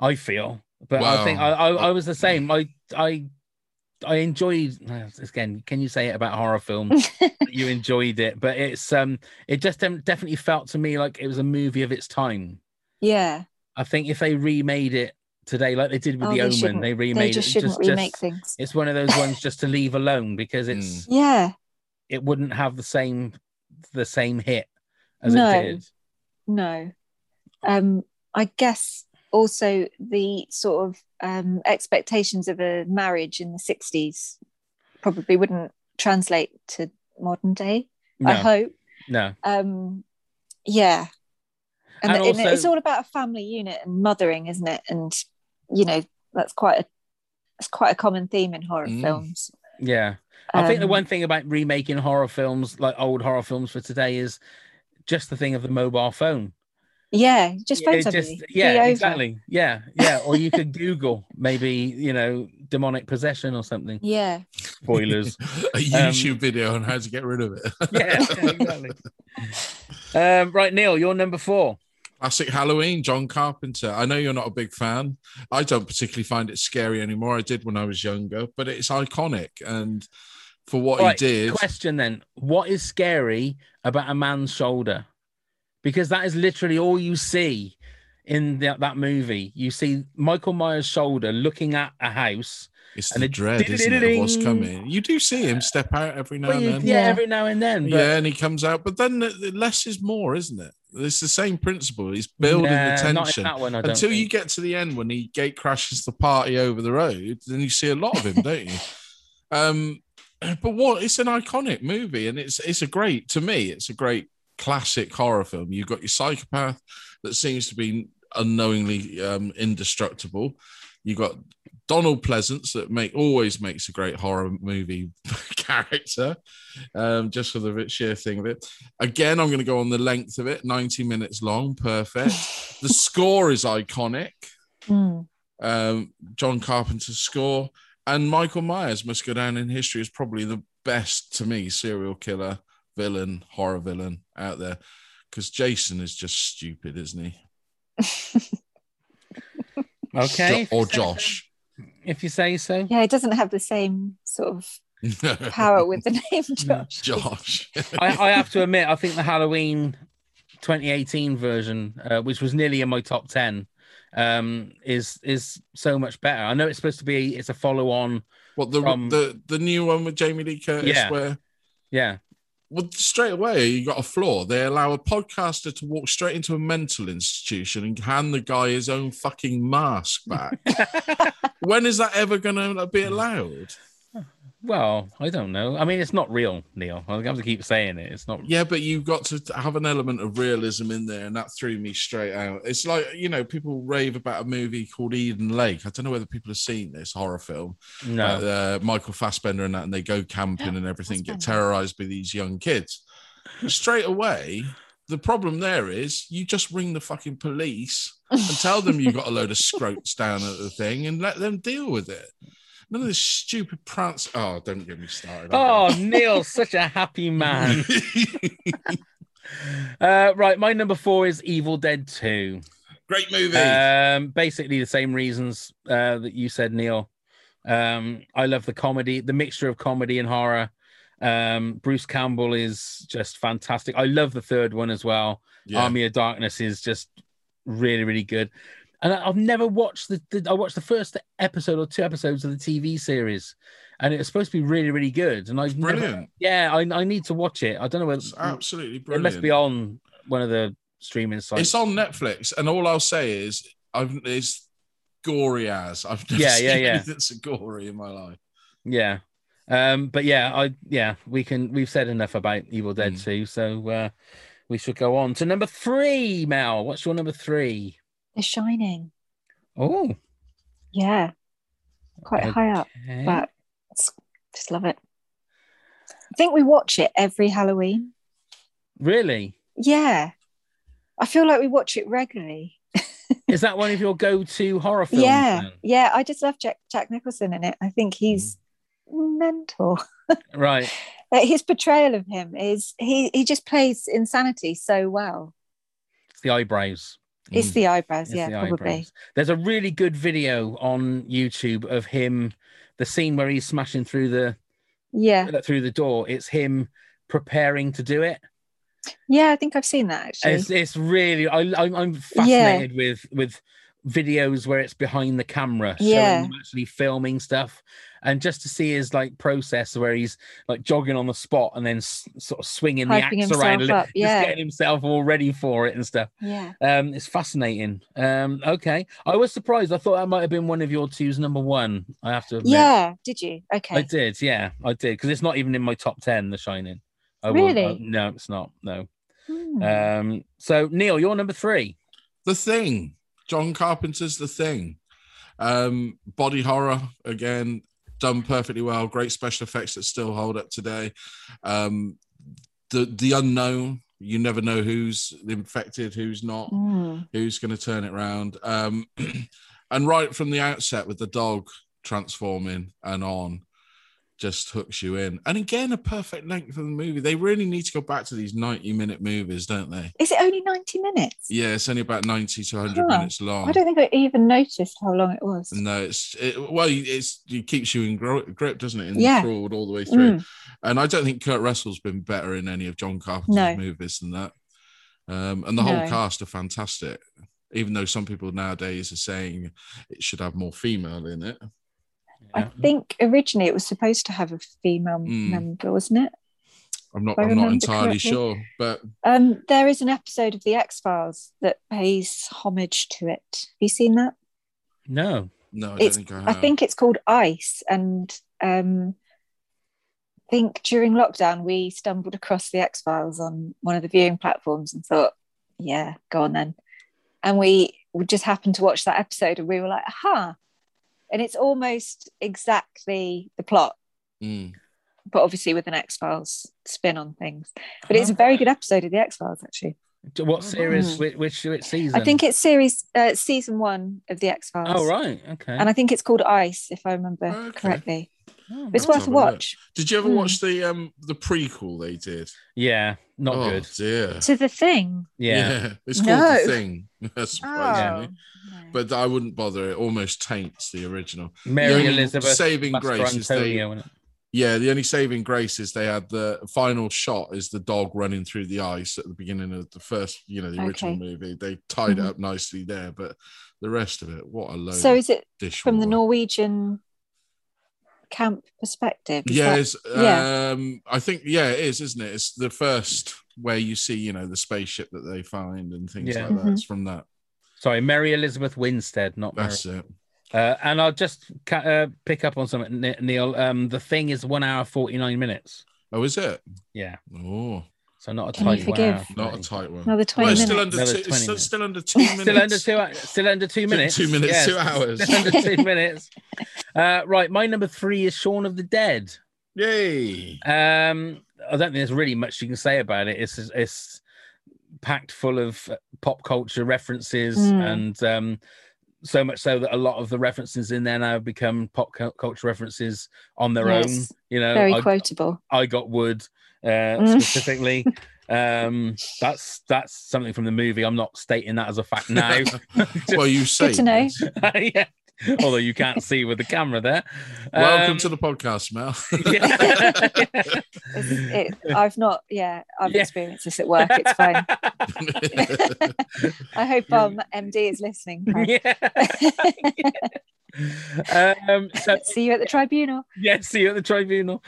B: I feel, but I think I,
C: Wow.
B: I, I was the same. I I I enjoyed again. Can you say it about horror films? you enjoyed it, but it's um, it just um, definitely felt to me like it was a movie of its time.
E: Yeah.
B: I think if they remade it today, like they did with
E: Oh,
B: the
E: they
B: Omen,
E: shouldn't-
B: they
E: they
B: remade
E: just
B: it.
E: shouldn't remake
B: just,
E: things.
B: It's one of those ones just to leave alone because it's
E: Yeah.
B: it wouldn't have the same the same hit as
E: No.
B: it did.
E: No. Um, I guess also the sort of um, expectations of a marriage in the 60s probably wouldn't translate to modern day, I
B: No.
E: hope.
B: No,
E: Um, yeah. And,
B: And
E: and
B: also-
E: it's all about a family unit and mothering, isn't it? And, you know, that's quite a that's quite a common theme in horror
B: Mm.
E: films.
B: yeah. I think the
E: Um,
B: one thing about remaking horror films, like old horror films for today, is just the thing of the mobile phone.
E: Yeah, just phone
B: It
E: somebody. be
B: yeah,
E: over.
B: exactly. Yeah, yeah. Or you could Google maybe you know demonic possession or something.
E: Yeah.
B: Spoilers. Um,
C: a YouTube video on how to get rid of it.
B: yeah, exactly. Um, right, Neil, you're number four.
C: Classic Halloween, John Carpenter. I know you're not a big fan. I don't particularly find it scary anymore. I did when I was younger, but it's iconic. And for what
B: Right,
C: he did,
B: Question then: What is scary about a man's shoulder? Because that is literally all you see in that that movie. You see Michael Myers' shoulder looking at a house.
C: it's the dread, isn't it, of what's coming. You do see him step out every now
B: Well,
C: and
B: you-
C: then.
B: yeah, every now and then. But
C: yeah, and he comes out, but then the, the less is more, isn't it? It's the same principle. He's building
B: Nah,
C: the
B: not in
C: tension
B: that one, I don't
C: until you
B: think.
C: get to the end when he gate crashes the party over the road. Then you see a lot of him, don't you? Um, but what? It's an iconic movie, and it's it's a great to me. It's a great classic horror film. You've got your psychopath that seems to be unknowingly um, indestructible. You've got Donald Pleasance that make always makes a great horror movie character, um, just for the sheer thing of it. Again, I'm going to go on the length of it, 90 minutes long, perfect. the score is iconic,
E: Mm.
C: um, John Carpenter's score, and Michael Myers must go down in history as probably the best to me serial killer villain, horror villain out there, because Jason is just stupid, isn't he?
B: okay,
C: Jo- or Josh.
B: if you say so.
E: Yeah, it doesn't have the same sort of power with the name
B: Mm,
E: Josh.
C: Josh.
B: I, I have to admit, I think the Halloween 2018 version, uh, which was nearly in my top 10, um, is is so much better. I know it's supposed to be it's a follow on.
C: What the,
B: from-
C: the the new one with Jamie Lee Curtis,
B: Yeah.
C: where
B: Yeah,
C: well straight away you got a flaw. They allow a podcaster to walk straight into a mental institution and hand the guy his own fucking mask back. when is that ever going to be allowed?
B: well, I don't know. I mean, it's not real, Neil. I have to keep saying it. It's not.
C: Yeah, but you've got to have an element of realism in there, and that threw me straight out. It's like you know people rave about a movie called Eden Lake. I don't know whether people have seen this horror film.
B: No.
C: about, uh, Michael Fassbender and that, and they go camping and everything, get terrorized by these young kids. Straight away, the problem there is you just ring the fucking police and tell them you've got a load of scroats down at the thing and let them deal with it. None of this stupid prance. Oh, don't get me started.
B: Oh, Neil, such a happy
C: Mm-hmm.
B: man. uh, right, my number four is Evil Dead 2.
C: Great movie.
B: Um, basically, the same reasons uh, that you said, Neil. Um, I love the comedy, the mixture of comedy and horror. Um, Bruce Campbell is just fantastic. I love the third one as well.
C: Yeah.
B: Army of Darkness is just really, really good. And I- I've never watched the, the I watched the first episode or two episodes of the TV series, and it was supposed to be really, really good. And I
C: brilliant.
B: yeah, I, I need to watch it. I don't know whether
C: It's absolutely
B: it
C: brilliant.
B: must be on one of the streaming sites.
C: It's on Netflix, and all I'll say is, I've it's gory as I've never
B: Yeah,
C: seen
B: yeah, yeah.
C: anything that's gory in my life.
B: Yeah. Um, but yeah, I yeah, we can we've said enough about Evil Dead 2, so uh We should go on to number three, Mel. What's your number three?
E: The Shining.
B: Oh,
E: Yeah. Quite high up,
B: Okay.
E: but it's, just love it. I think we watch it every Halloween.
B: really?
E: Yeah. I feel like we watch it regularly.
B: Is that one of your go-to horror films?
E: yeah.
B: then?
E: Yeah. I just love Jack, Jack Nicholson in it. I think he's
B: Mm.
E: mental.
B: Right.
E: Like, his portrayal of him is he, he just plays insanity so well.
B: It's the eyebrows.
E: It's
B: Mm.
E: the eyebrows.
B: It's
E: yeah,
B: the
E: probably.
B: eyebrows. There's a really good video on YouTube of him, the scene where he's smashing through the
E: Yeah.
B: through the door. It's him preparing to do it.
E: Yeah. I think I've seen that actually.
B: It's, it's really I, I'm, I'm fascinated with with videos where it's behind the camera, showing
E: Yeah.
B: him actually filming stuff, and just to see his like process where he's like jogging on the spot and then s- sort of swinging
E: Hyping
B: the axe around,
E: himself
B: a little-
E: up,
B: just
E: yeah.
B: getting himself all ready for it and stuff.
E: yeah.
B: Um, it's fascinating. Um, okay, I was surprised. I thought that might have been one of your two's number one. I have to admit.
E: Yeah. Did you? Okay.
B: I did. Yeah, I did because it's not even in my top ten. The Shining. I
E: Really?
B: I- no, it's not. No.
E: Hmm.
B: Um, so Neil, you're number three.
C: The Thing. John Carpenter's The Thing. Um, body horror again, done perfectly well. Great special effects that still hold up today. Um, the the unknown. You never know who's infected, who's not,
E: Mm.
C: who's going to turn it round. Um, and right from the outset, with the dog transforming and on, just hooks you in. And again, a perfect length of the movie. They really need to go back to these ninety-minute movies, don't they?
E: Is it only 90 minutes?
C: Yeah, it's only about 90 to 100
E: Huh.
C: minutes long.
E: I don't think I even noticed how long it was.
C: no, it's it, well, it's it keeps you in gro- grip, doesn't it? In
E: Yeah.
C: enthralled all the way through.
E: Mm.
C: And I don't think Kurt Russell's been better in any of John
E: No.
C: Carpenter's movies than that. Um, and the whole
E: No.
C: cast are fantastic, even though some people nowadays are saying it should have more female in it.
E: I think originally it was supposed to have a female
B: Hmm.
C: Mm.
E: member, wasn't it?
C: I'm not,
E: If I
C: I'm not
E: remember
C: entirely
E: correctly.
C: sure, but
E: Um, there is an episode of The X Files that pays homage to it. Have you seen that?
B: No.
C: no, I
E: it's,
C: don't think I
E: I
C: have.
E: think it's called Ice. And um, I think during lockdown, we stumbled across The X Files on one of the viewing platforms and thought, yeah, go on then. And we, we just happened to watch that episode and we were like, huh. And it's almost exactly the plot.
C: Mm.
E: but obviously with an X Files spin on things. But it's a very good episode of the X Files, actually.
B: D- What series?
E: Mm.
B: Which, which which season?
E: I think it's series uh, season one of the X Files.
B: Oh right. Okay.
E: And I think it's called Ice, if I remember
C: Okay. Hmm,
E: correctly.
B: Oh,
E: It's
C: I'll
E: worth
C: have
E: a
C: look.
E: watch.
C: Did you ever
E: Mm.
C: watch the um the prequel they did?
B: yeah. Not
C: oh,
B: good.
C: Dear.
E: To the thing.
B: Yeah.
C: It's called
E: No. Oh.
C: The Thing, surprisingly. Oh. But I wouldn't bother. It almost taints the original.
B: Mary
C: Yeah.
B: Elizabeth.
C: Saving
B: Buster
C: Grace is
B: Antonio,
C: they-
B: isn't it?
C: Yeah, the only saving grace is they had the final shot is the dog running through the ice at the beginning of the first, you know, the original
E: Okay.
C: movie. They tied it
E: Mhm.
C: up nicely there, but the rest of it, what a load.
E: So
C: of
E: is it
C: dish
E: from the
C: water.
E: Norwegian camp perspective? Is that-
C: Yes,
E: yeah.
C: um, I think yeah, it is, isn't it? It's the first where you see, you know, the spaceship that they find and things
B: Yeah.
C: like that.
E: Mhm.
C: It's from that.
B: Sorry, Mary Elizabeth Winstead, not Mary.
C: That's it.
B: Uh, and I'll just ca- uh, pick up on something, Ne- Neil. Um, the thing is one hour forty nine minutes.
C: Oh, is it?
B: Yeah.
C: Oh,
B: So not a
E: Can you
B: tight one.
E: forgive?
B: hour
C: not a
B: thing.
C: tight one.
E: Another 20
C: well, it's still
E: minutes.
C: under
B: Another
C: two.
B: 20
C: It's still,
B: minutes.
C: still under two minutes.
B: Still under two. hou- Still under two minutes.
C: Two minutes,
B: Yes,
C: two hours.
B: Still under two minutes. Uh, right, my number three is Shaun of the Dead.
C: Yay!
B: Um, I don't think there's really much you can say about it. It's it's packed full of pop culture references,
E: Mm.
B: and um, so much so that a lot of the references in there now have become pop cul- culture references on their own.
E: Yes.
B: You know,
E: very
B: I,
E: quotable.
B: I got wood uh,
E: Mm.
B: specifically. um, that's that's something from the movie. I'm not stating that as a fact now. Just-
C: well, you say
E: Good to know.
C: yes.
B: yeah. Although you can't see with the camera there.
C: Welcome
B: Um,
C: to the podcast, Mel.
B: yeah.
E: It's, it, I've not, yeah, I've
B: Yeah.
E: experienced this at work. It's fine. I hope our MD is listening.
B: yeah. um, so
E: See you at the tribunal.
B: yeah, see you at the tribunal.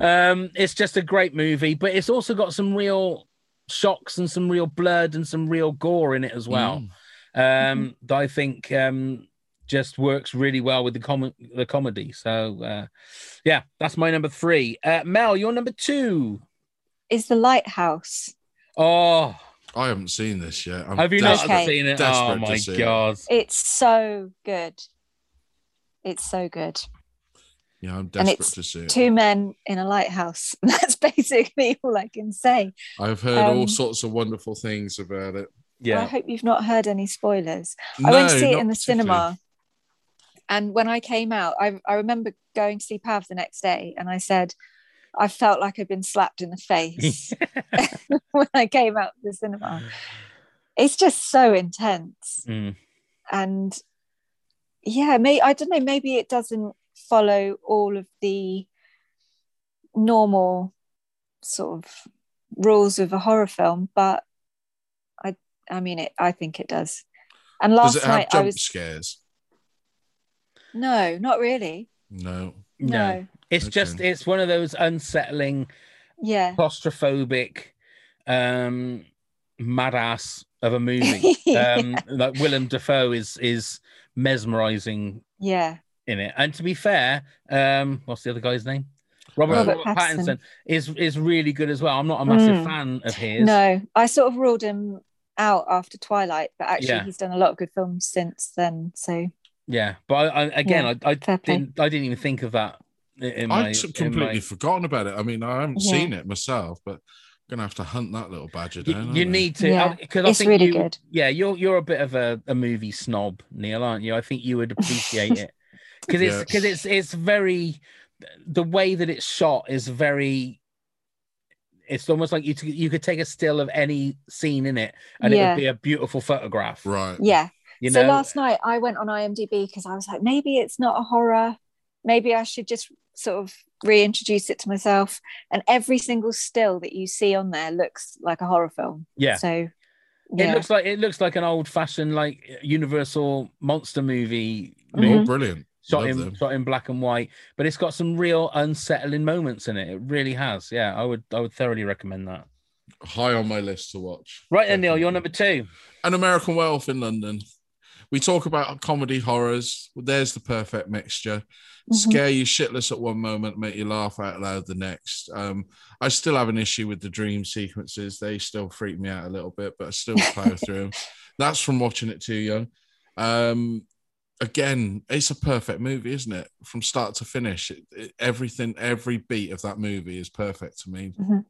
B: Um, it's just a great movie, but it's also got some real shocks and some real blood and some real gore in it as well.
C: Mm. Mm-hmm.
B: Um, that I think um just works really well with the com- the comedy. So uh, yeah, that's my number three. Uh, Mel, you're number two.
E: Is the lighthouse.
B: Oh,
C: I haven't seen this yet. I'm
B: Have you not
C: desperate-
B: seen it?
C: desperate
B: Oh
C: to
B: my
C: see it.
B: god!
E: It's so good. It's so good.
C: Yeah, I'm
E: and
C: desperate
E: it's
C: to see it.
E: two men in a lighthouse. That's basically all I can say.
C: I've heard all
E: um,
C: sorts of wonderful things about it.
E: I hope you've not heard any spoilers. I
C: No,
E: went to see it
C: not
E: in the
C: particularly.
E: cinema. And when I came out, I, I remember going to see Pav the next day and I said, I felt like I'd been slapped in the face when I came out of the cinema. It's just so intense.
B: Mm.
E: and yeah may i don't know maybe it doesn't follow all of the normal sort of rules of a horror film but i i mean it i think it does and last
C: Does it have
E: night i
C: jump
E: was
C: scares?
E: no not really
C: No.
B: No,
E: No.
B: it's
C: Okay.
B: just it's one of those unsettling,
E: yeah
B: claustrophobic, um, mad ass of a movie. Um, Like Willem Dafoe is is mesmerizing
E: yeah
B: in it. And to be fair, um, what's the other guy's name? Robert,
E: Robert
B: Robert Pattinson.
E: Pattinson.
B: is is really good as well. I'm not a massive
E: Mm.
B: fan of his.
E: no i sort of ruled him out after twilight but actually
B: Yeah.
E: he's done a lot of good films since then so
B: Yeah, but I, I again,
E: Yeah,
B: I, I
E: fair play.
B: didn't I didn't even think of that. i- In my,
C: I'd
B: in
C: completely
B: my-
C: forgotten about it. I mean, I haven't
B: Yeah.
C: seen it myself, but I'm gonna have to hunt that little badger
B: You-
C: down.
B: you
C: aren't I?
B: need to
E: Yeah,
B: because I
E: it's
B: think
E: really
B: you,
E: good.
B: Yeah, you're you're a bit of a, a movie snob, Neil, aren't you? I think you would appreciate it because it's
C: Yeah.
B: because it's it's very the way that it's shot is very. It's almost like you t- you could take a still of any scene in it, and it
E: Yeah.
B: would be a beautiful photograph.
C: Right.
E: yeah
B: You
E: so
B: know.
E: last night I went on IMDb because I was like, maybe it's not a horror. Maybe I should just sort of reintroduce it to myself. And every single still that you see on there looks like a horror film.
B: Yeah.
E: So
B: It
E: yeah.
B: looks like it looks like an old fashioned like Universal monster movie.
C: Oh,
E: Mm-hmm.
B: movie.
C: brilliant.
B: Shot
C: Love
B: in
C: them.
B: shot in black and white, but it's got some real unsettling moments in it. It really has. Yeah, I would I would thoroughly recommend that.
C: High on my list to watch.
B: Right then, Neil, you're number two.
C: An American Wealth in London. We talk about comedy horrors. Well, there's the perfect mixture.
B: Mm-hmm.
H: Mhm.
C: Scare you shitless at one moment, make you laugh out loud the next. Um, I still have an issue with the dream sequences. They still freak me out a little bit, but I still power through 'em. That's from watching it too young. Um, again, it's a perfect movie, isn't it? From start to finish, it, it- everything, every beat of that movie is perfect to me.
E: Mhm.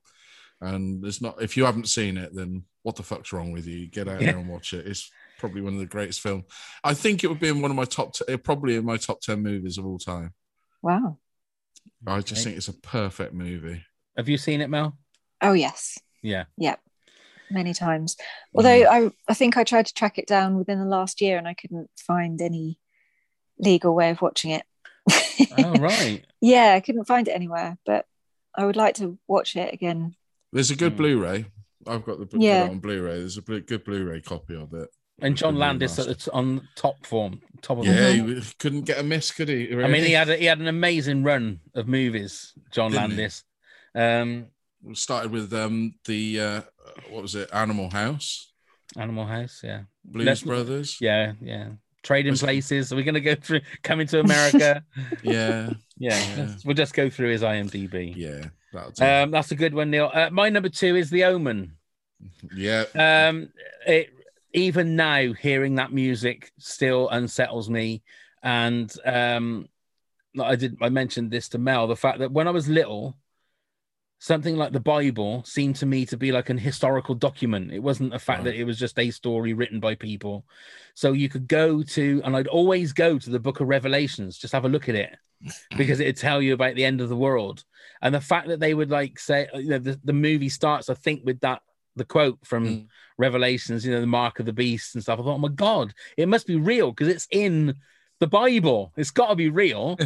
C: And there's not if you haven't seen it, then what the fuck's wrong with you? Get out
B: Yeah.
C: there and watch it. It's probably one of the greatest film. I think it would be in one of my top, t- eh, probably in my top ten movies of all time.
E: wow.
C: I just think it's a perfect movie.
B: Have you seen it, Mel?
E: Oh yes.
B: Yeah. Mm.
E: Yeah. Many times. Although I I think I tried to track it down within the last year and I couldn't find any legal way of watching it.
B: Oh right.
E: Yeah, I couldn't find it anywhere, but I would like to watch it again.
C: There's a good
B: Hmm.
C: Blu-ray. I've got the got
E: Yeah.
C: it on Blu-ray. There's a blu- good Blu-ray copy of it.
B: And John
C: Been
B: Landis at the t- on top form, top of the
C: Yeah,
B: form.
C: he couldn't get a miss, could he?
B: I mean,
C: really?
B: he had a, he had an amazing run of movies, John
C: Didn't he?
B: Landis. Um,
C: We started with um the uh, what was it? Animal House,
B: Animal House, yeah.
C: Blues
B: Let's-
C: Brothers.
B: Yeah, yeah. Trading places. We're gonna go through coming to America.
C: Yeah,
B: yeah, let's- We'll just go through his IMDb.
C: Yeah. that'll do.
B: Um, that's a good one, Neil. Uh, my number two is The Omen.
C: yeah.
B: Um, it, even now, hearing that music still unsettles me. And um, like I did, I mentioned this to Mel. The fact that when I was little, something like the Bible seemed to me to be like an historical document. It wasn't the fact that it was just a story written by people. So you could go to, and I'd always go to the Book of Revelations, just have a look at it, because it'd tell you about the end of the world. And the fact that they would like say, you know, the, the movie starts, I think, with that the quote from Revelations, you know, the mark of the beast and stuff. I thought, oh my god, it must be real because it's in the Bible. It's got to be real.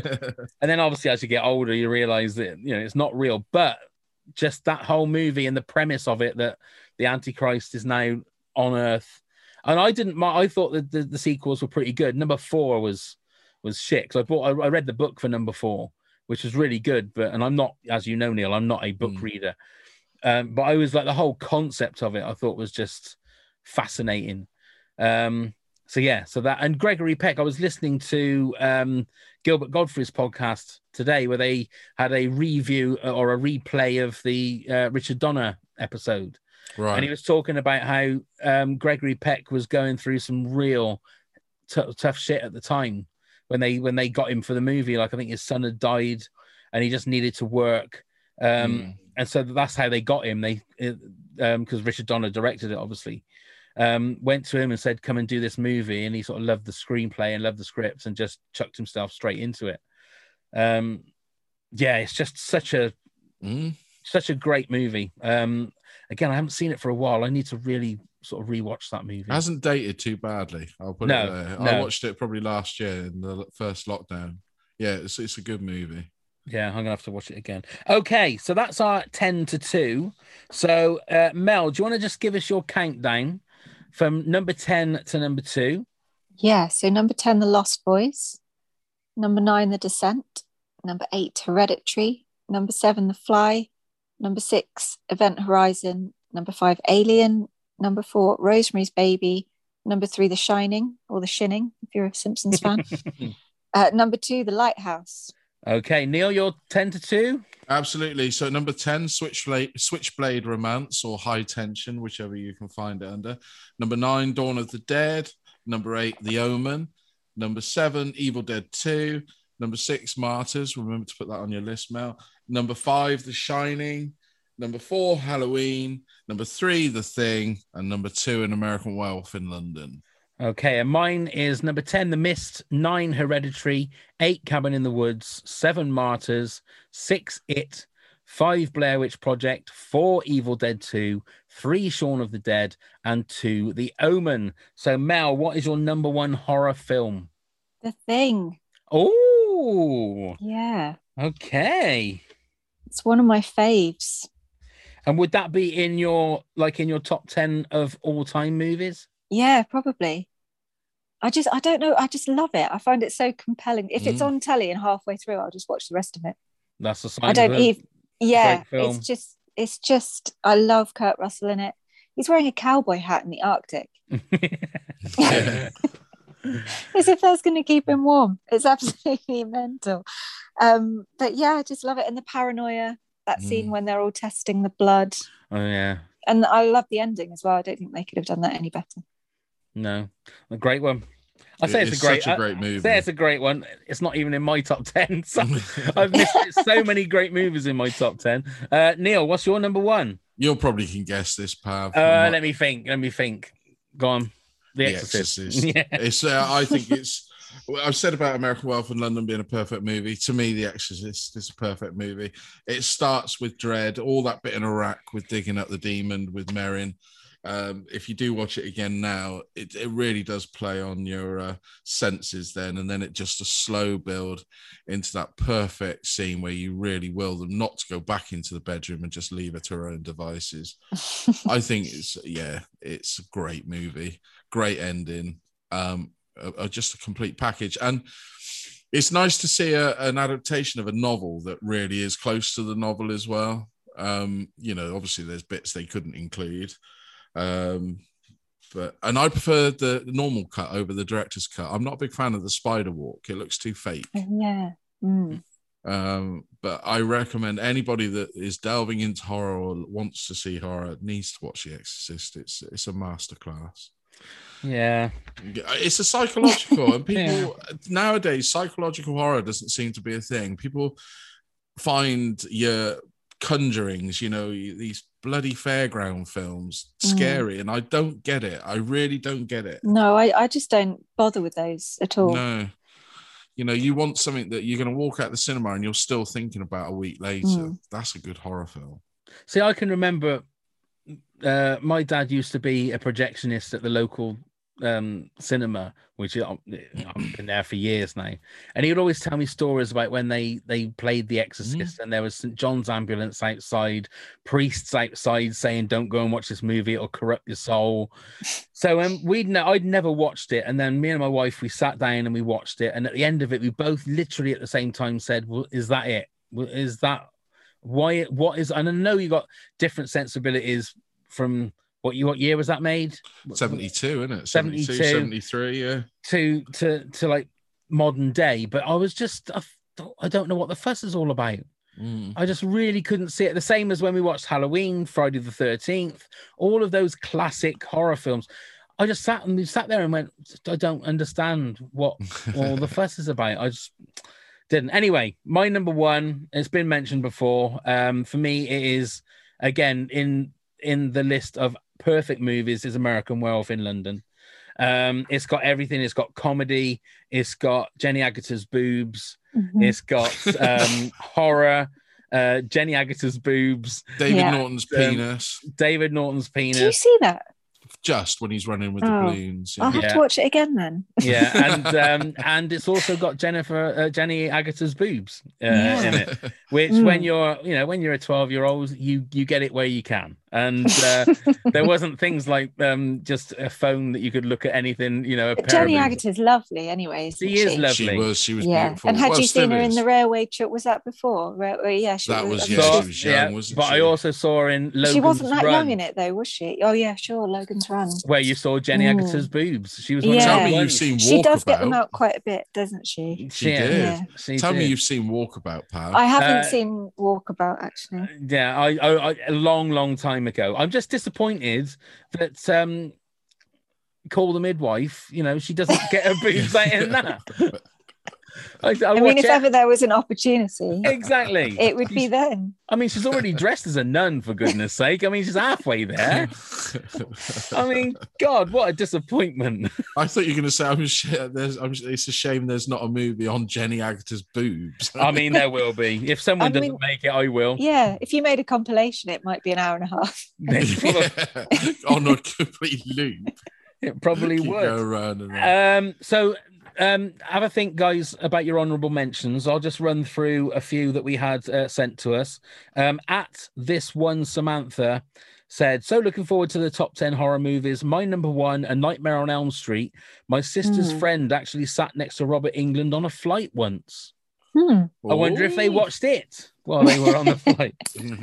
B: and then obviously, as you get older, you realize that you know it's not real. But just that whole movie and the premise of it that the Antichrist is now on Earth. And I didn't. mi- I thought that the, the sequels were pretty good. Number four was was shit 'cause I bought. I, I read the book for number four, which was really good. But and I'm not, as you know, Neil, I'm not a book reader. Um, but I was like the whole concept of it. I thought was just fascinating. Um, so yeah, so that and Gregory Peck, I was listening to um, Gilbert Godfrey's podcast today, where they had a review or a replay of the uh, Richard Donner uh, episode,
C: Right.
B: And he was talking about how um, Gregory Peck was going through some real t- tough shit at the time when they when they got him for the movie. Like I think his son had died, and he just needed to work. Um, And so that's how they got him. They because Richard Donner directed it, obviously. Um, went to him and said, "Come and do this movie," and he sort of loved the screenplay and loved the scripts and just chucked himself straight into it. Um, yeah, it's just such a
C: Hmm.
B: such a great movie. Um, again, I haven't seen it for a while. I need to really sort of rewatch that movie.
C: It hasn't dated too badly. I'll put
B: No,
C: it there. I
B: no.
C: watched it probably last year in the first lockdown. Yeah, it's, it's a good movie.
B: Yeah, I'm gonna have to watch it again. Okay, so that's our ten to two. So uh, Mel, do you want to just give us your countdown from number ten to number two?
E: Yeah, so number 10, The Lost Boys. Number nine, The Descent. Number eight, Hereditary. Number seven, The Fly. Number six, Event Horizon. Number five, Alien. Number four, Rosemary's Baby. Number three, The Shining or The Shinning, if you're a Simpsons fan. uh, number two, The Lighthouse.
B: Okay, Neil, you're 10 to 2?
C: Absolutely. So, number 10, Switchblade, Switchblade Romance or High Tension, whichever you can find it under. Number 9, Dawn of the Dead. Number 8, The Omen. Number 7, Evil Dead 2. Number 6, Martyrs. Remember to put that on your list, Mel. Number 5, The Shining. Number 4, Halloween. Number 3, The Thing. And number 2, An American Werewolf in London.
B: Okay, and mine is number 10, The Mist, nine, Hereditary, eight, Cabin in the Woods, seven, Martyrs, six, It, five, Blair Witch Project, four, Evil Dead 2, three, Shaun of the Dead, and two, The Omen. So, Mel, what is your number one horror film?
E: The Thing.
B: Oh,
E: Yeah,
B: okay.
E: it's one of my faves.
B: And would that be in your like in your top 10 of all time movies?
E: Yeah, probably. I just, I don't know. I just love it. I find it so compelling. If it's
B: Mm.
E: on telly and halfway through, I'll just watch the rest of it.
B: That's a sign
E: I don't e-
B: of a
E: even. Yeah,
B: great film.
E: it's just, it's just. I love Kurt Russell in it. He's wearing a cowboy hat in the Arctic, as if that's going to keep him warm. It's absolutely mental. Um, but yeah, I just love it. And the paranoia.
B: Mm.
E: That scene when they're all testing the blood,
B: Oh yeah.
E: and I love the ending as well. I don't think they could have done that any better.
B: No, a great one. I
C: It
B: say it's
C: is
B: a great,
C: such a
B: I-
C: great
B: I
C: movie.
B: Say it's a great one. It's not even in my top ten. So I've missed so many great movies in my top ten. Uh, Neil, what's your number one?
C: You'll probably can guess this, Pav. from
B: Uh,
C: what-
B: let me think. Let me think. Go on. The Exorcist.
C: Exorcist.
B: Yeah.
C: It's, uh, I think it's. well, I've said about American Wealth in London being a perfect movie. To me, The Exorcist is a perfect movie. It starts with dread, all that bit in Iraq with digging up the demon with Merrin. Um, if you do watch it again now, it, it really does play on your uh, senses then, and then it just a slow build into that perfect scene where you really will them not to go back into the bedroom and just leave her to her own devices. I think it's yeah, it's a great movie, great ending, um, uh, uh, just a complete package, and it's nice to see a, an adaptation of a novel that really is close to the novel as well. Um, you know, obviously there's bits they couldn't include, um, but and I prefer the normal cut over the director's cut. I'm not a big fan of the spider walk; it looks too fake
E: Yeah. Mm.
C: um but i recommend anybody that is delving into horror or wants to see horror needs to watch the exorcist it's it's a masterclass uh,
B: Yeah.
C: it's a psychological and people
B: Yeah.
C: nowadays psychological horror doesn't seem to be a thing people find your conjurings you know these bloody fairground films
E: Mm.
C: scary and i don't get it i really don't get it
E: No, I, I just don't bother with those at all.
C: no you know you want something that you're going to walk out the cinema and you're still thinking about a week later
E: Mm.
C: that's a good horror film
B: See, I can remember uh, my dad used to be a projectionist at the local um, cinema, which uh, I- I've been there for years now, and he would always tell me stories about when they they played The Exorcist, and there was St John's ambulance outside, priests outside saying, "Don't go and watch this movie; it'll corrupt your soul." So um, we'd ne- I'd never watched it, and then me and my wife we sat down and we watched it, and at the end of it, we both literally at the same time said, well, "Is that it? Well, Is that why? What is?" And I know you got different sensibilities from what you what year was that made?
C: 72, isn't it? 72,
B: 72.
C: 73, yeah.
B: to to to like modern day but i was just I, thought, I don't know what the fuss is all about
C: Mm.
B: I just really couldn't see it. The same as when we watched Halloween, Friday the Thirteenth, all of those classic horror films. I just sat and sat there and went, I don't understand what all the fuss is about. I just didn't. Anyway, my number one, it's been mentioned before. Um, for me, it is again in in the list of perfect movies is American Werewolf in London. Um, it's got everything. It's got comedy. It's got Jenny Agatha's boobs.
E: Mm-hmm.
I: Mhm.
B: It's got um, horror. Uh, Jenny Agatha's boobs.
C: David Yeah. Norton's
B: Um,
C: penis.
B: David Norton's penis.
E: Do you see that?
C: Just when he's running with
E: Oh.
C: the balloons.
E: I'll have
B: Yeah.
E: to watch it again then.
B: yeah, and um, and it's also got Jennifer uh, Jenny Agatha's boobs uh,
E: Yeah.
B: in it, which
E: Mm.
B: when you're you know when you're a twelve year old, you you get it where you can. And uh, there wasn't things like um, just a phone that you could look at anything. You know, a pair
E: Jenny
B: of
E: Agatha's lovely anyway. Isn't
B: She is lovely.
C: She was. She was
E: yeah.
C: beautiful.
E: And had
C: Well,
E: you seen
C: still
E: her in
C: is.
E: the railway trip? Was that before? Railway, yeah, she
C: That was-
E: I'm
C: yeah,
E: sure-
C: she was young, wasn't
B: but I
C: she?
B: also saw her in Logan's
E: she wasn't that
B: Run,
E: long in it though, was she? Oh yeah, sure, Logan's Run.
B: where you saw Jenny
E: Mm.
B: Agatha's boobs. She was one of
E: Yeah.
B: the
E: Tell me
B: ones.
C: you've seen
E: She does get them
C: Walkabout.
E: out quite a bit, doesn't she?
C: She
B: Yeah,
C: did.
B: yeah, she
C: Tell me
B: did.
C: you've seen Walkabout, pal.
E: I haven't
B: Uh,
E: seen Walkabout actually.
B: Yeah, I, I, I a long, long time ago. I'm just disappointed that um, call the midwife. You know, she doesn't get her boobs out in that. I,
E: I,
B: I watch
E: mean, if
B: it-
E: ever there was an opportunity,
B: exactly,
E: it would be then.
B: I mean, she's already dressed as a nun for goodness' sake. I mean, she's halfway there. I mean, God, what a disappointment!
C: I thought you were going to say, I'm sh- there's, I'm, sh- "It's a shame there's not a movie on Jenny Agatha's boobs."
B: I mean, there will be. If someone
E: I
B: doesn't
E: mean-
B: make it, I will.
E: Yeah, if you made a compilation, it might be an hour and a half.
C: on a complete loop.
B: It probably
C: Keep
B: would.
C: going round and round.
B: Um, so um, have a think, guys, about your honourable mentions. I'll just run through a few that we had uh, sent to us. Um, at this one, Samantha said, "So looking forward to the top ten horror movies. My number one, A Nightmare on Elm Street. My sister's
I: Hmm.
B: friend actually sat next to Robert England on a flight once.
E: Hmm.
B: Uh, I wonder if they watched it while they were on the flight."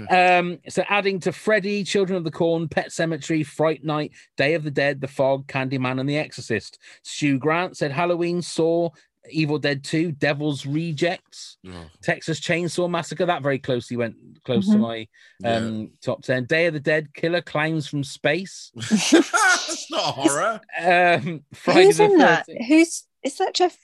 C: Oh,
B: Um, so adding to Freddy, Children of the Corn, Pet Cemetery, Fright Night, Day of the Dead, The Fog, Candyman, and The Exorcist. Stu Grant said Halloween, Saw, Evil Dead 2, Devil's Rejects, Texas Chainsaw Massacre. That very closely went close
I: Mhm.
B: to my um, top 10. Day of the Dead, Killer Clowns from Space.
C: That's not horror.
B: Um, Friday
E: Who's
B: the
E: in that?
B: 13th.
E: Who's is that Jeff?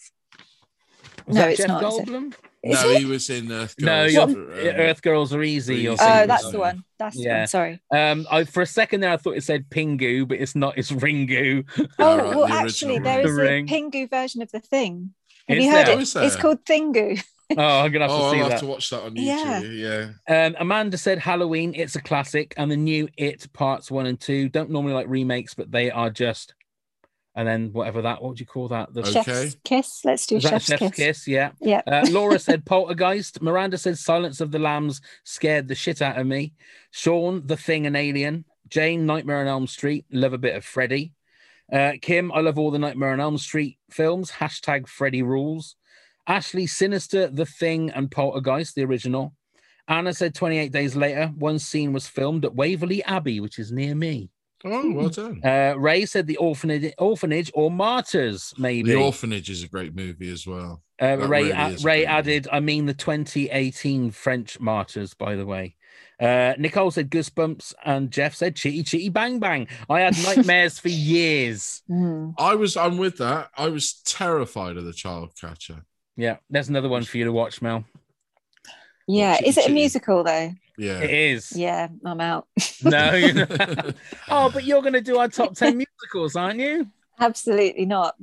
B: Was
E: no,
B: that
E: it's
B: Jeff
E: not. is it?
B: Goldblum?
E: Is
C: no,
E: it?
C: he was in Earth Girls.
B: No,
C: Uh,
B: you're, Earth Girls are easy. or
E: Oh,
B: something.
E: that's the one. That's the one. Sorry.
B: Um, I for a second there I thought it said Pingu, but it's not. It's Ringu.
E: Oh well, actually, there is a
B: The ring.
E: Pingu version of the thing. Have
B: Is
E: you heard
B: there?
E: it?
B: Oh, is
E: It's
B: there?
E: called Thingu.
B: Oh, I'm gonna have
C: Oh,
B: to see
C: I'll
B: that.
C: have to watch that on YouTube.
E: Yeah.
C: Yeah.
B: Um, Amanda said Halloween. It's a classic, and the new It parts one and two don't normally like remakes, but they are just. And then whatever that, what would you call that? The
E: Chef's kiss. Let's do
B: Is that
E: chef's,
B: Chef's
E: kiss.
B: kiss? Yeah.
E: Yeah.
B: Uh, Laura said Poltergeist. Miranda said Silence of the Lambs scared the shit out of me. Sean, The Thing and Alien. Jane, Nightmare on Elm Street. Love a bit of Freddy. Uh, Kim, I love all the Nightmare on Elm Street films. Hashtag Freddy rules. Ashley, Sinister, The Thing, and Poltergeist, the original. Anna said 28 days later, one scene was filmed at Waverley Abbey, which is near me.
C: Oh, well done.
B: Uh, Ray said the orphanage, orphanage or martyrs, maybe.
C: The Orphanage is a great movie as well.
B: Uh,
C: That
B: Ray,
C: really
B: a-
C: is a
B: Ray
C: great
B: added, I mean the 2018 French martyrs, by the way. Uh, Nicole said goosebumps, and Jeff said chitty chitty bang bang. I had nightmares for years.
E: Hmm.
C: I was. I'm with that. I was terrified of the child catcher.
B: Yeah, there's another one for you to watch, Mel.
E: Yeah.
B: Chitty
E: Is it a
B: chitty.
E: musical though?
C: Yeah,
B: it is.
E: Yeah, I'm out.
B: No, you're not. oh, but you're going to do our top 10 musicals, aren't you?
E: Absolutely not.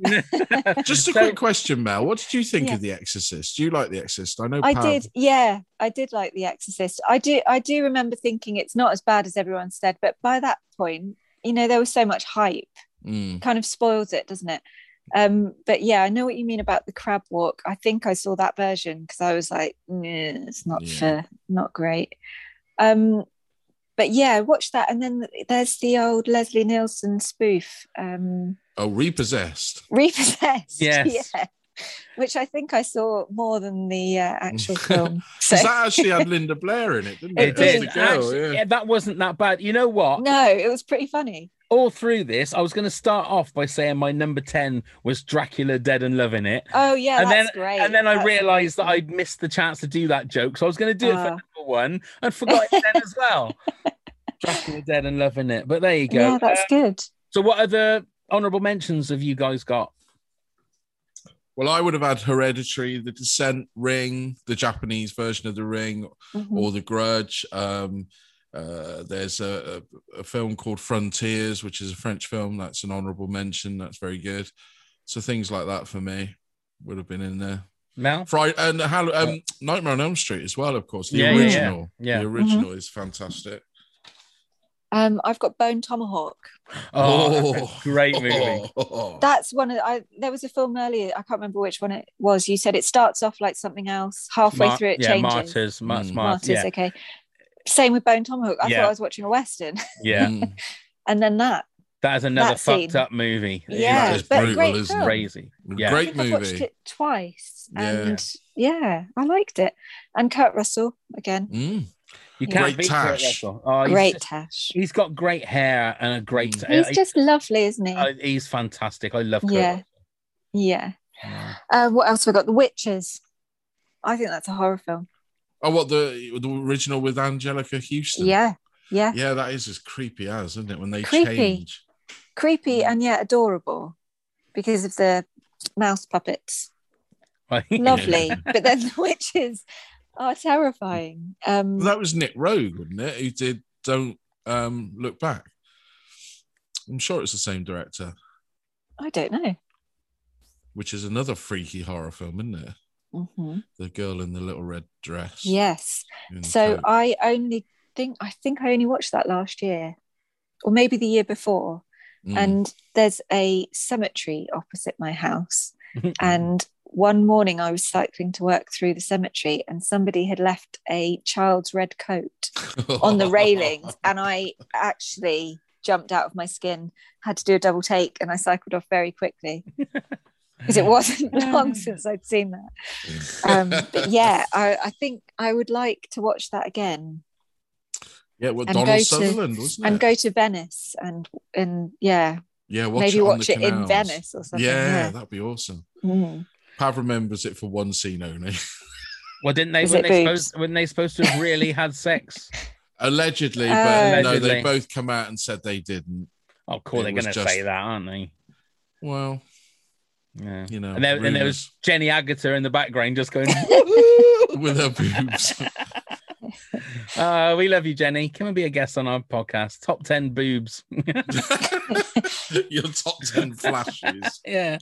C: Just a quick question, Mel. What did you think of The Exorcist? Do you like The Exorcist? I know.
E: I
C: Pav-
E: did, yeah, I did like The Exorcist. I do, I do remember thinking it's not as bad as everyone said, but by that point, you know, there was so much hype,
C: Mm.
E: kind of spoils it, doesn't it? Um, but yeah, I know what you mean about the crab walk. I think I saw that version because I was like, "Nah, it's not
C: Yeah.
E: fair, not great. Um, but yeah, I watched that, and then there's the old Leslie Nielsen spoof, um,
C: Oh, repossessed.
E: Repossessed.
C: Yes.
E: Yeah. Which I think I saw more than the uh, actual film.
C: 'Cause that actually had Linda Blair in it, didn't it?
B: It
C: As the
B: did.
C: girl,
B: Actually,
C: yeah.
B: yeah, that wasn't that bad. You know what?
E: No, it was pretty funny.
B: all through this, I was going to start off by saying my number 10 was Dracula Dead and Loving It.
E: Oh, yeah,
B: and
E: that's
B: then,
E: great.
B: And then I
E: That's
B: realized that I'd missed the chance to do that joke. So I was going to do it for
E: Ah.
B: number one and forgot it then as well. Dracula Dead and Loving It. But there you go.
E: Yeah, that's good.
B: So, what other honorable mentions have you guys got?
C: Well, I would have had Hereditary, The Descent, Ring, the Japanese version of The Ring,
B: Mm.
E: Mhm.
C: or The Grudge. Um, uh, there's a, a, a film called Frontiers, which is a French film. That's an honourable mention. That's very good. So things like that for me would have been in there.
B: Now,
C: Friday and Hall- um, Nightmare on Elm Street as well, of course. The
B: Yeah, yeah, yeah.
C: original,
B: Yeah. Mm-hmm.
C: the original is fantastic.
E: Um, I've got Bone Tomahawk.
B: Oh, great movie.
E: That's one of the- I. There was a film earlier. I can't remember which one it was. You said it starts off like something else. Halfway
B: Mar-
E: through, it
B: yeah,
E: changes.
C: Mm.
B: Martyrs, Mar- Mar-
E: Martyrs,
B: yeah.
E: okay. Same with Bone Tomahawk. I
B: Yeah.
E: thought I was watching a western,
B: Yeah.
C: Mm.
E: and then that.
B: That is another
E: That
B: fucked
E: scene.
B: up movie.
E: Yeah, Oh.
B: It is
E: but great Brutal, isn't it?
B: crazy. Yeah.
E: I think I've watched it twice,
B: Yeah.
E: and yeah, I liked it. And Kurt Russell again.
C: Mm.
B: You can't
E: Great
B: beat Kurt
E: Tash.
B: Russell. Oh, he's
E: Great
B: just-
E: Tash.
B: He's got great hair and a great.
E: He's
B: he-
E: just lovely, isn't he?
B: uh, he's fantastic. I love Kurt.
E: yeah, yeah. Uh, what else we got? The Witches. I think that's a horror film.
C: Oh, what the the original with Angelica Houston?
E: Yeah, yeah.
C: yeah, that is as creepy as, isn't it? When they
E: Creepy.
C: change. Mm.
E: Creepy and yet adorable because of the mouse puppets. Lovely, but then the witches are terrifying. Um,
C: Well, that was Nick Rogue, wasn't it? Who did Don't um, Look Back. I'm sure it's the same director,
E: I don't know.
C: which is another freaky horror film, isn't it?
E: hmm
C: The girl in the little red dress.
E: Yes.
C: In
E: So uh,
C: coat.
E: I only think I think I only watched that last year, or maybe the year before.
C: Mm.
E: And there's a cemetery opposite my house, and one morning I was cycling to work through the cemetery, and somebody had left a child's red coat on the railings, and I actually jumped out of my skin, had to do a double take, and I cycled off very quickly. Because it wasn't long since I'd seen that um, but yeah, I, I think I would like to watch that again
C: yeah, well,
E: and
C: Donald
E: go
C: Sutherland,
E: to
C: wasn't it?
E: and go to Venice and and yeah,
C: yeah, watch
E: maybe
C: it on
E: watch
C: the
E: it in
C: canals.
E: Venice or something.
C: Yeah,
E: Yeah,
C: that'd be awesome.
E: Mm.
C: Pav remembers it for one scene only.
B: Well, didn't they?
C: Is
B: When
C: it
B: they,
C: boobs?
B: supposed, when they supposed to have really had sex?
C: Allegedly,
B: Oh.
C: but no,
B: Allegedly.
C: they both come out and said they didn't.
B: Oh, cool.
C: It
B: They're
C: was
B: going to
C: just-
B: say that, aren't they?
C: Well,
B: yeah,
C: you know,
B: And there, and there was Jenny Agata in the background just going,
C: rumours with her boobs.
B: oh, we love you, Jenny. Come and be a guest on our podcast. Top 10 boobs.
C: Your top 10 flashes.
B: yeah.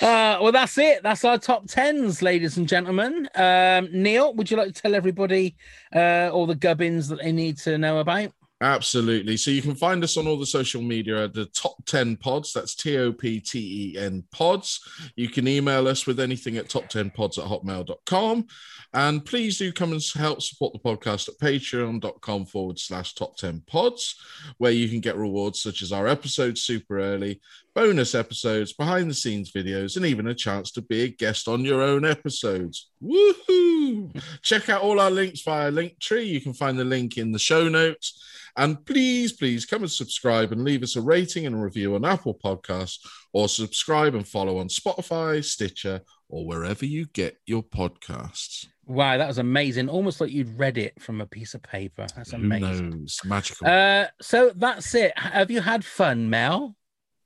B: Uh, well, that's it. That's our top tens, ladies and gentlemen. Um, Neil, would you like to tell everybody uh, all the gubbins that they need to know about?
C: Absolutely. So you can find us on all the social media at the top 10 pods. That's T O P T E N pods. You can email us with anything at top 10 pods at hotmail.com. And please do come and help support the podcast at patreon.com forward slash top 10 pods, where you can get rewards such as our episodes super early, bonus episodes, behind the scenes videos, and even a chance to be a guest on your own episodes. Woohoo! Check out all our links via Linktree. You can find the link in the show notes. And please, please come and subscribe and leave us a rating and a review on Apple Podcasts or subscribe and follow on Spotify, Stitcher, or wherever you get your podcasts.
B: Wow, that was amazing. Almost like you'd read it from a piece of paper. That's amazing.
C: Who knows? Magical.
B: Uh, so that's it. Have you had fun, Mel?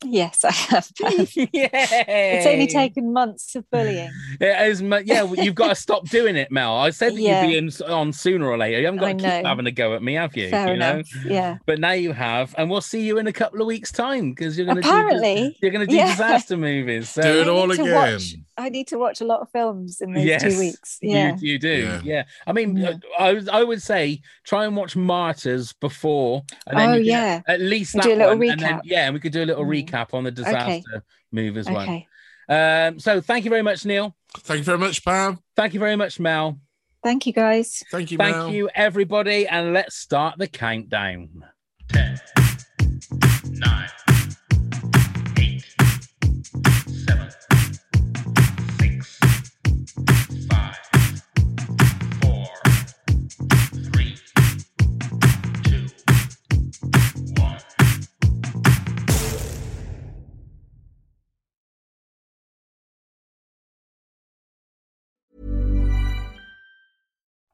E: yes, I have. It's only taken months of bullying.
B: Yeah, Uh, as mu- yeah, well, you've got to stop doing it, Mel. I said that
E: Yeah.
B: you'd be in, on sooner or later. You haven't
E: I
B: got to keep
E: know.
B: having a go at me, have you?
E: Fair
B: you know?
E: enough. Yeah.
B: But now you have, and we'll see you in a couple of weeks' time because you're going to do,
E: Apparently,
B: you're going to do
E: yeah.
B: disaster movies. So.
C: Do it
E: I need to watch- I need to watch a lot of films in these two weeks. Yeah.
B: you, you do. Yeah. I mean, uh, I, was- I would say try and watch Martyrs before, and then
E: Oh,
B: you can
E: yeah.
B: at least
E: We'll
B: that
E: do a little
B: one, and then,
E: recap. Mm-hmm.
B: yeah, and we could do a little recap on the
E: Okay.
B: disaster move as well.
E: Okay.
B: Um, so thank you very much, Neil.
C: Thank you very much, Pam.
B: Thank you very much, Mel.
E: Thank you guys.
C: Thank you,
B: Thank
C: Mel.
B: you, everybody, and let's start the countdown.
J: Nine, eight, seven, six, five, four, three, two, one,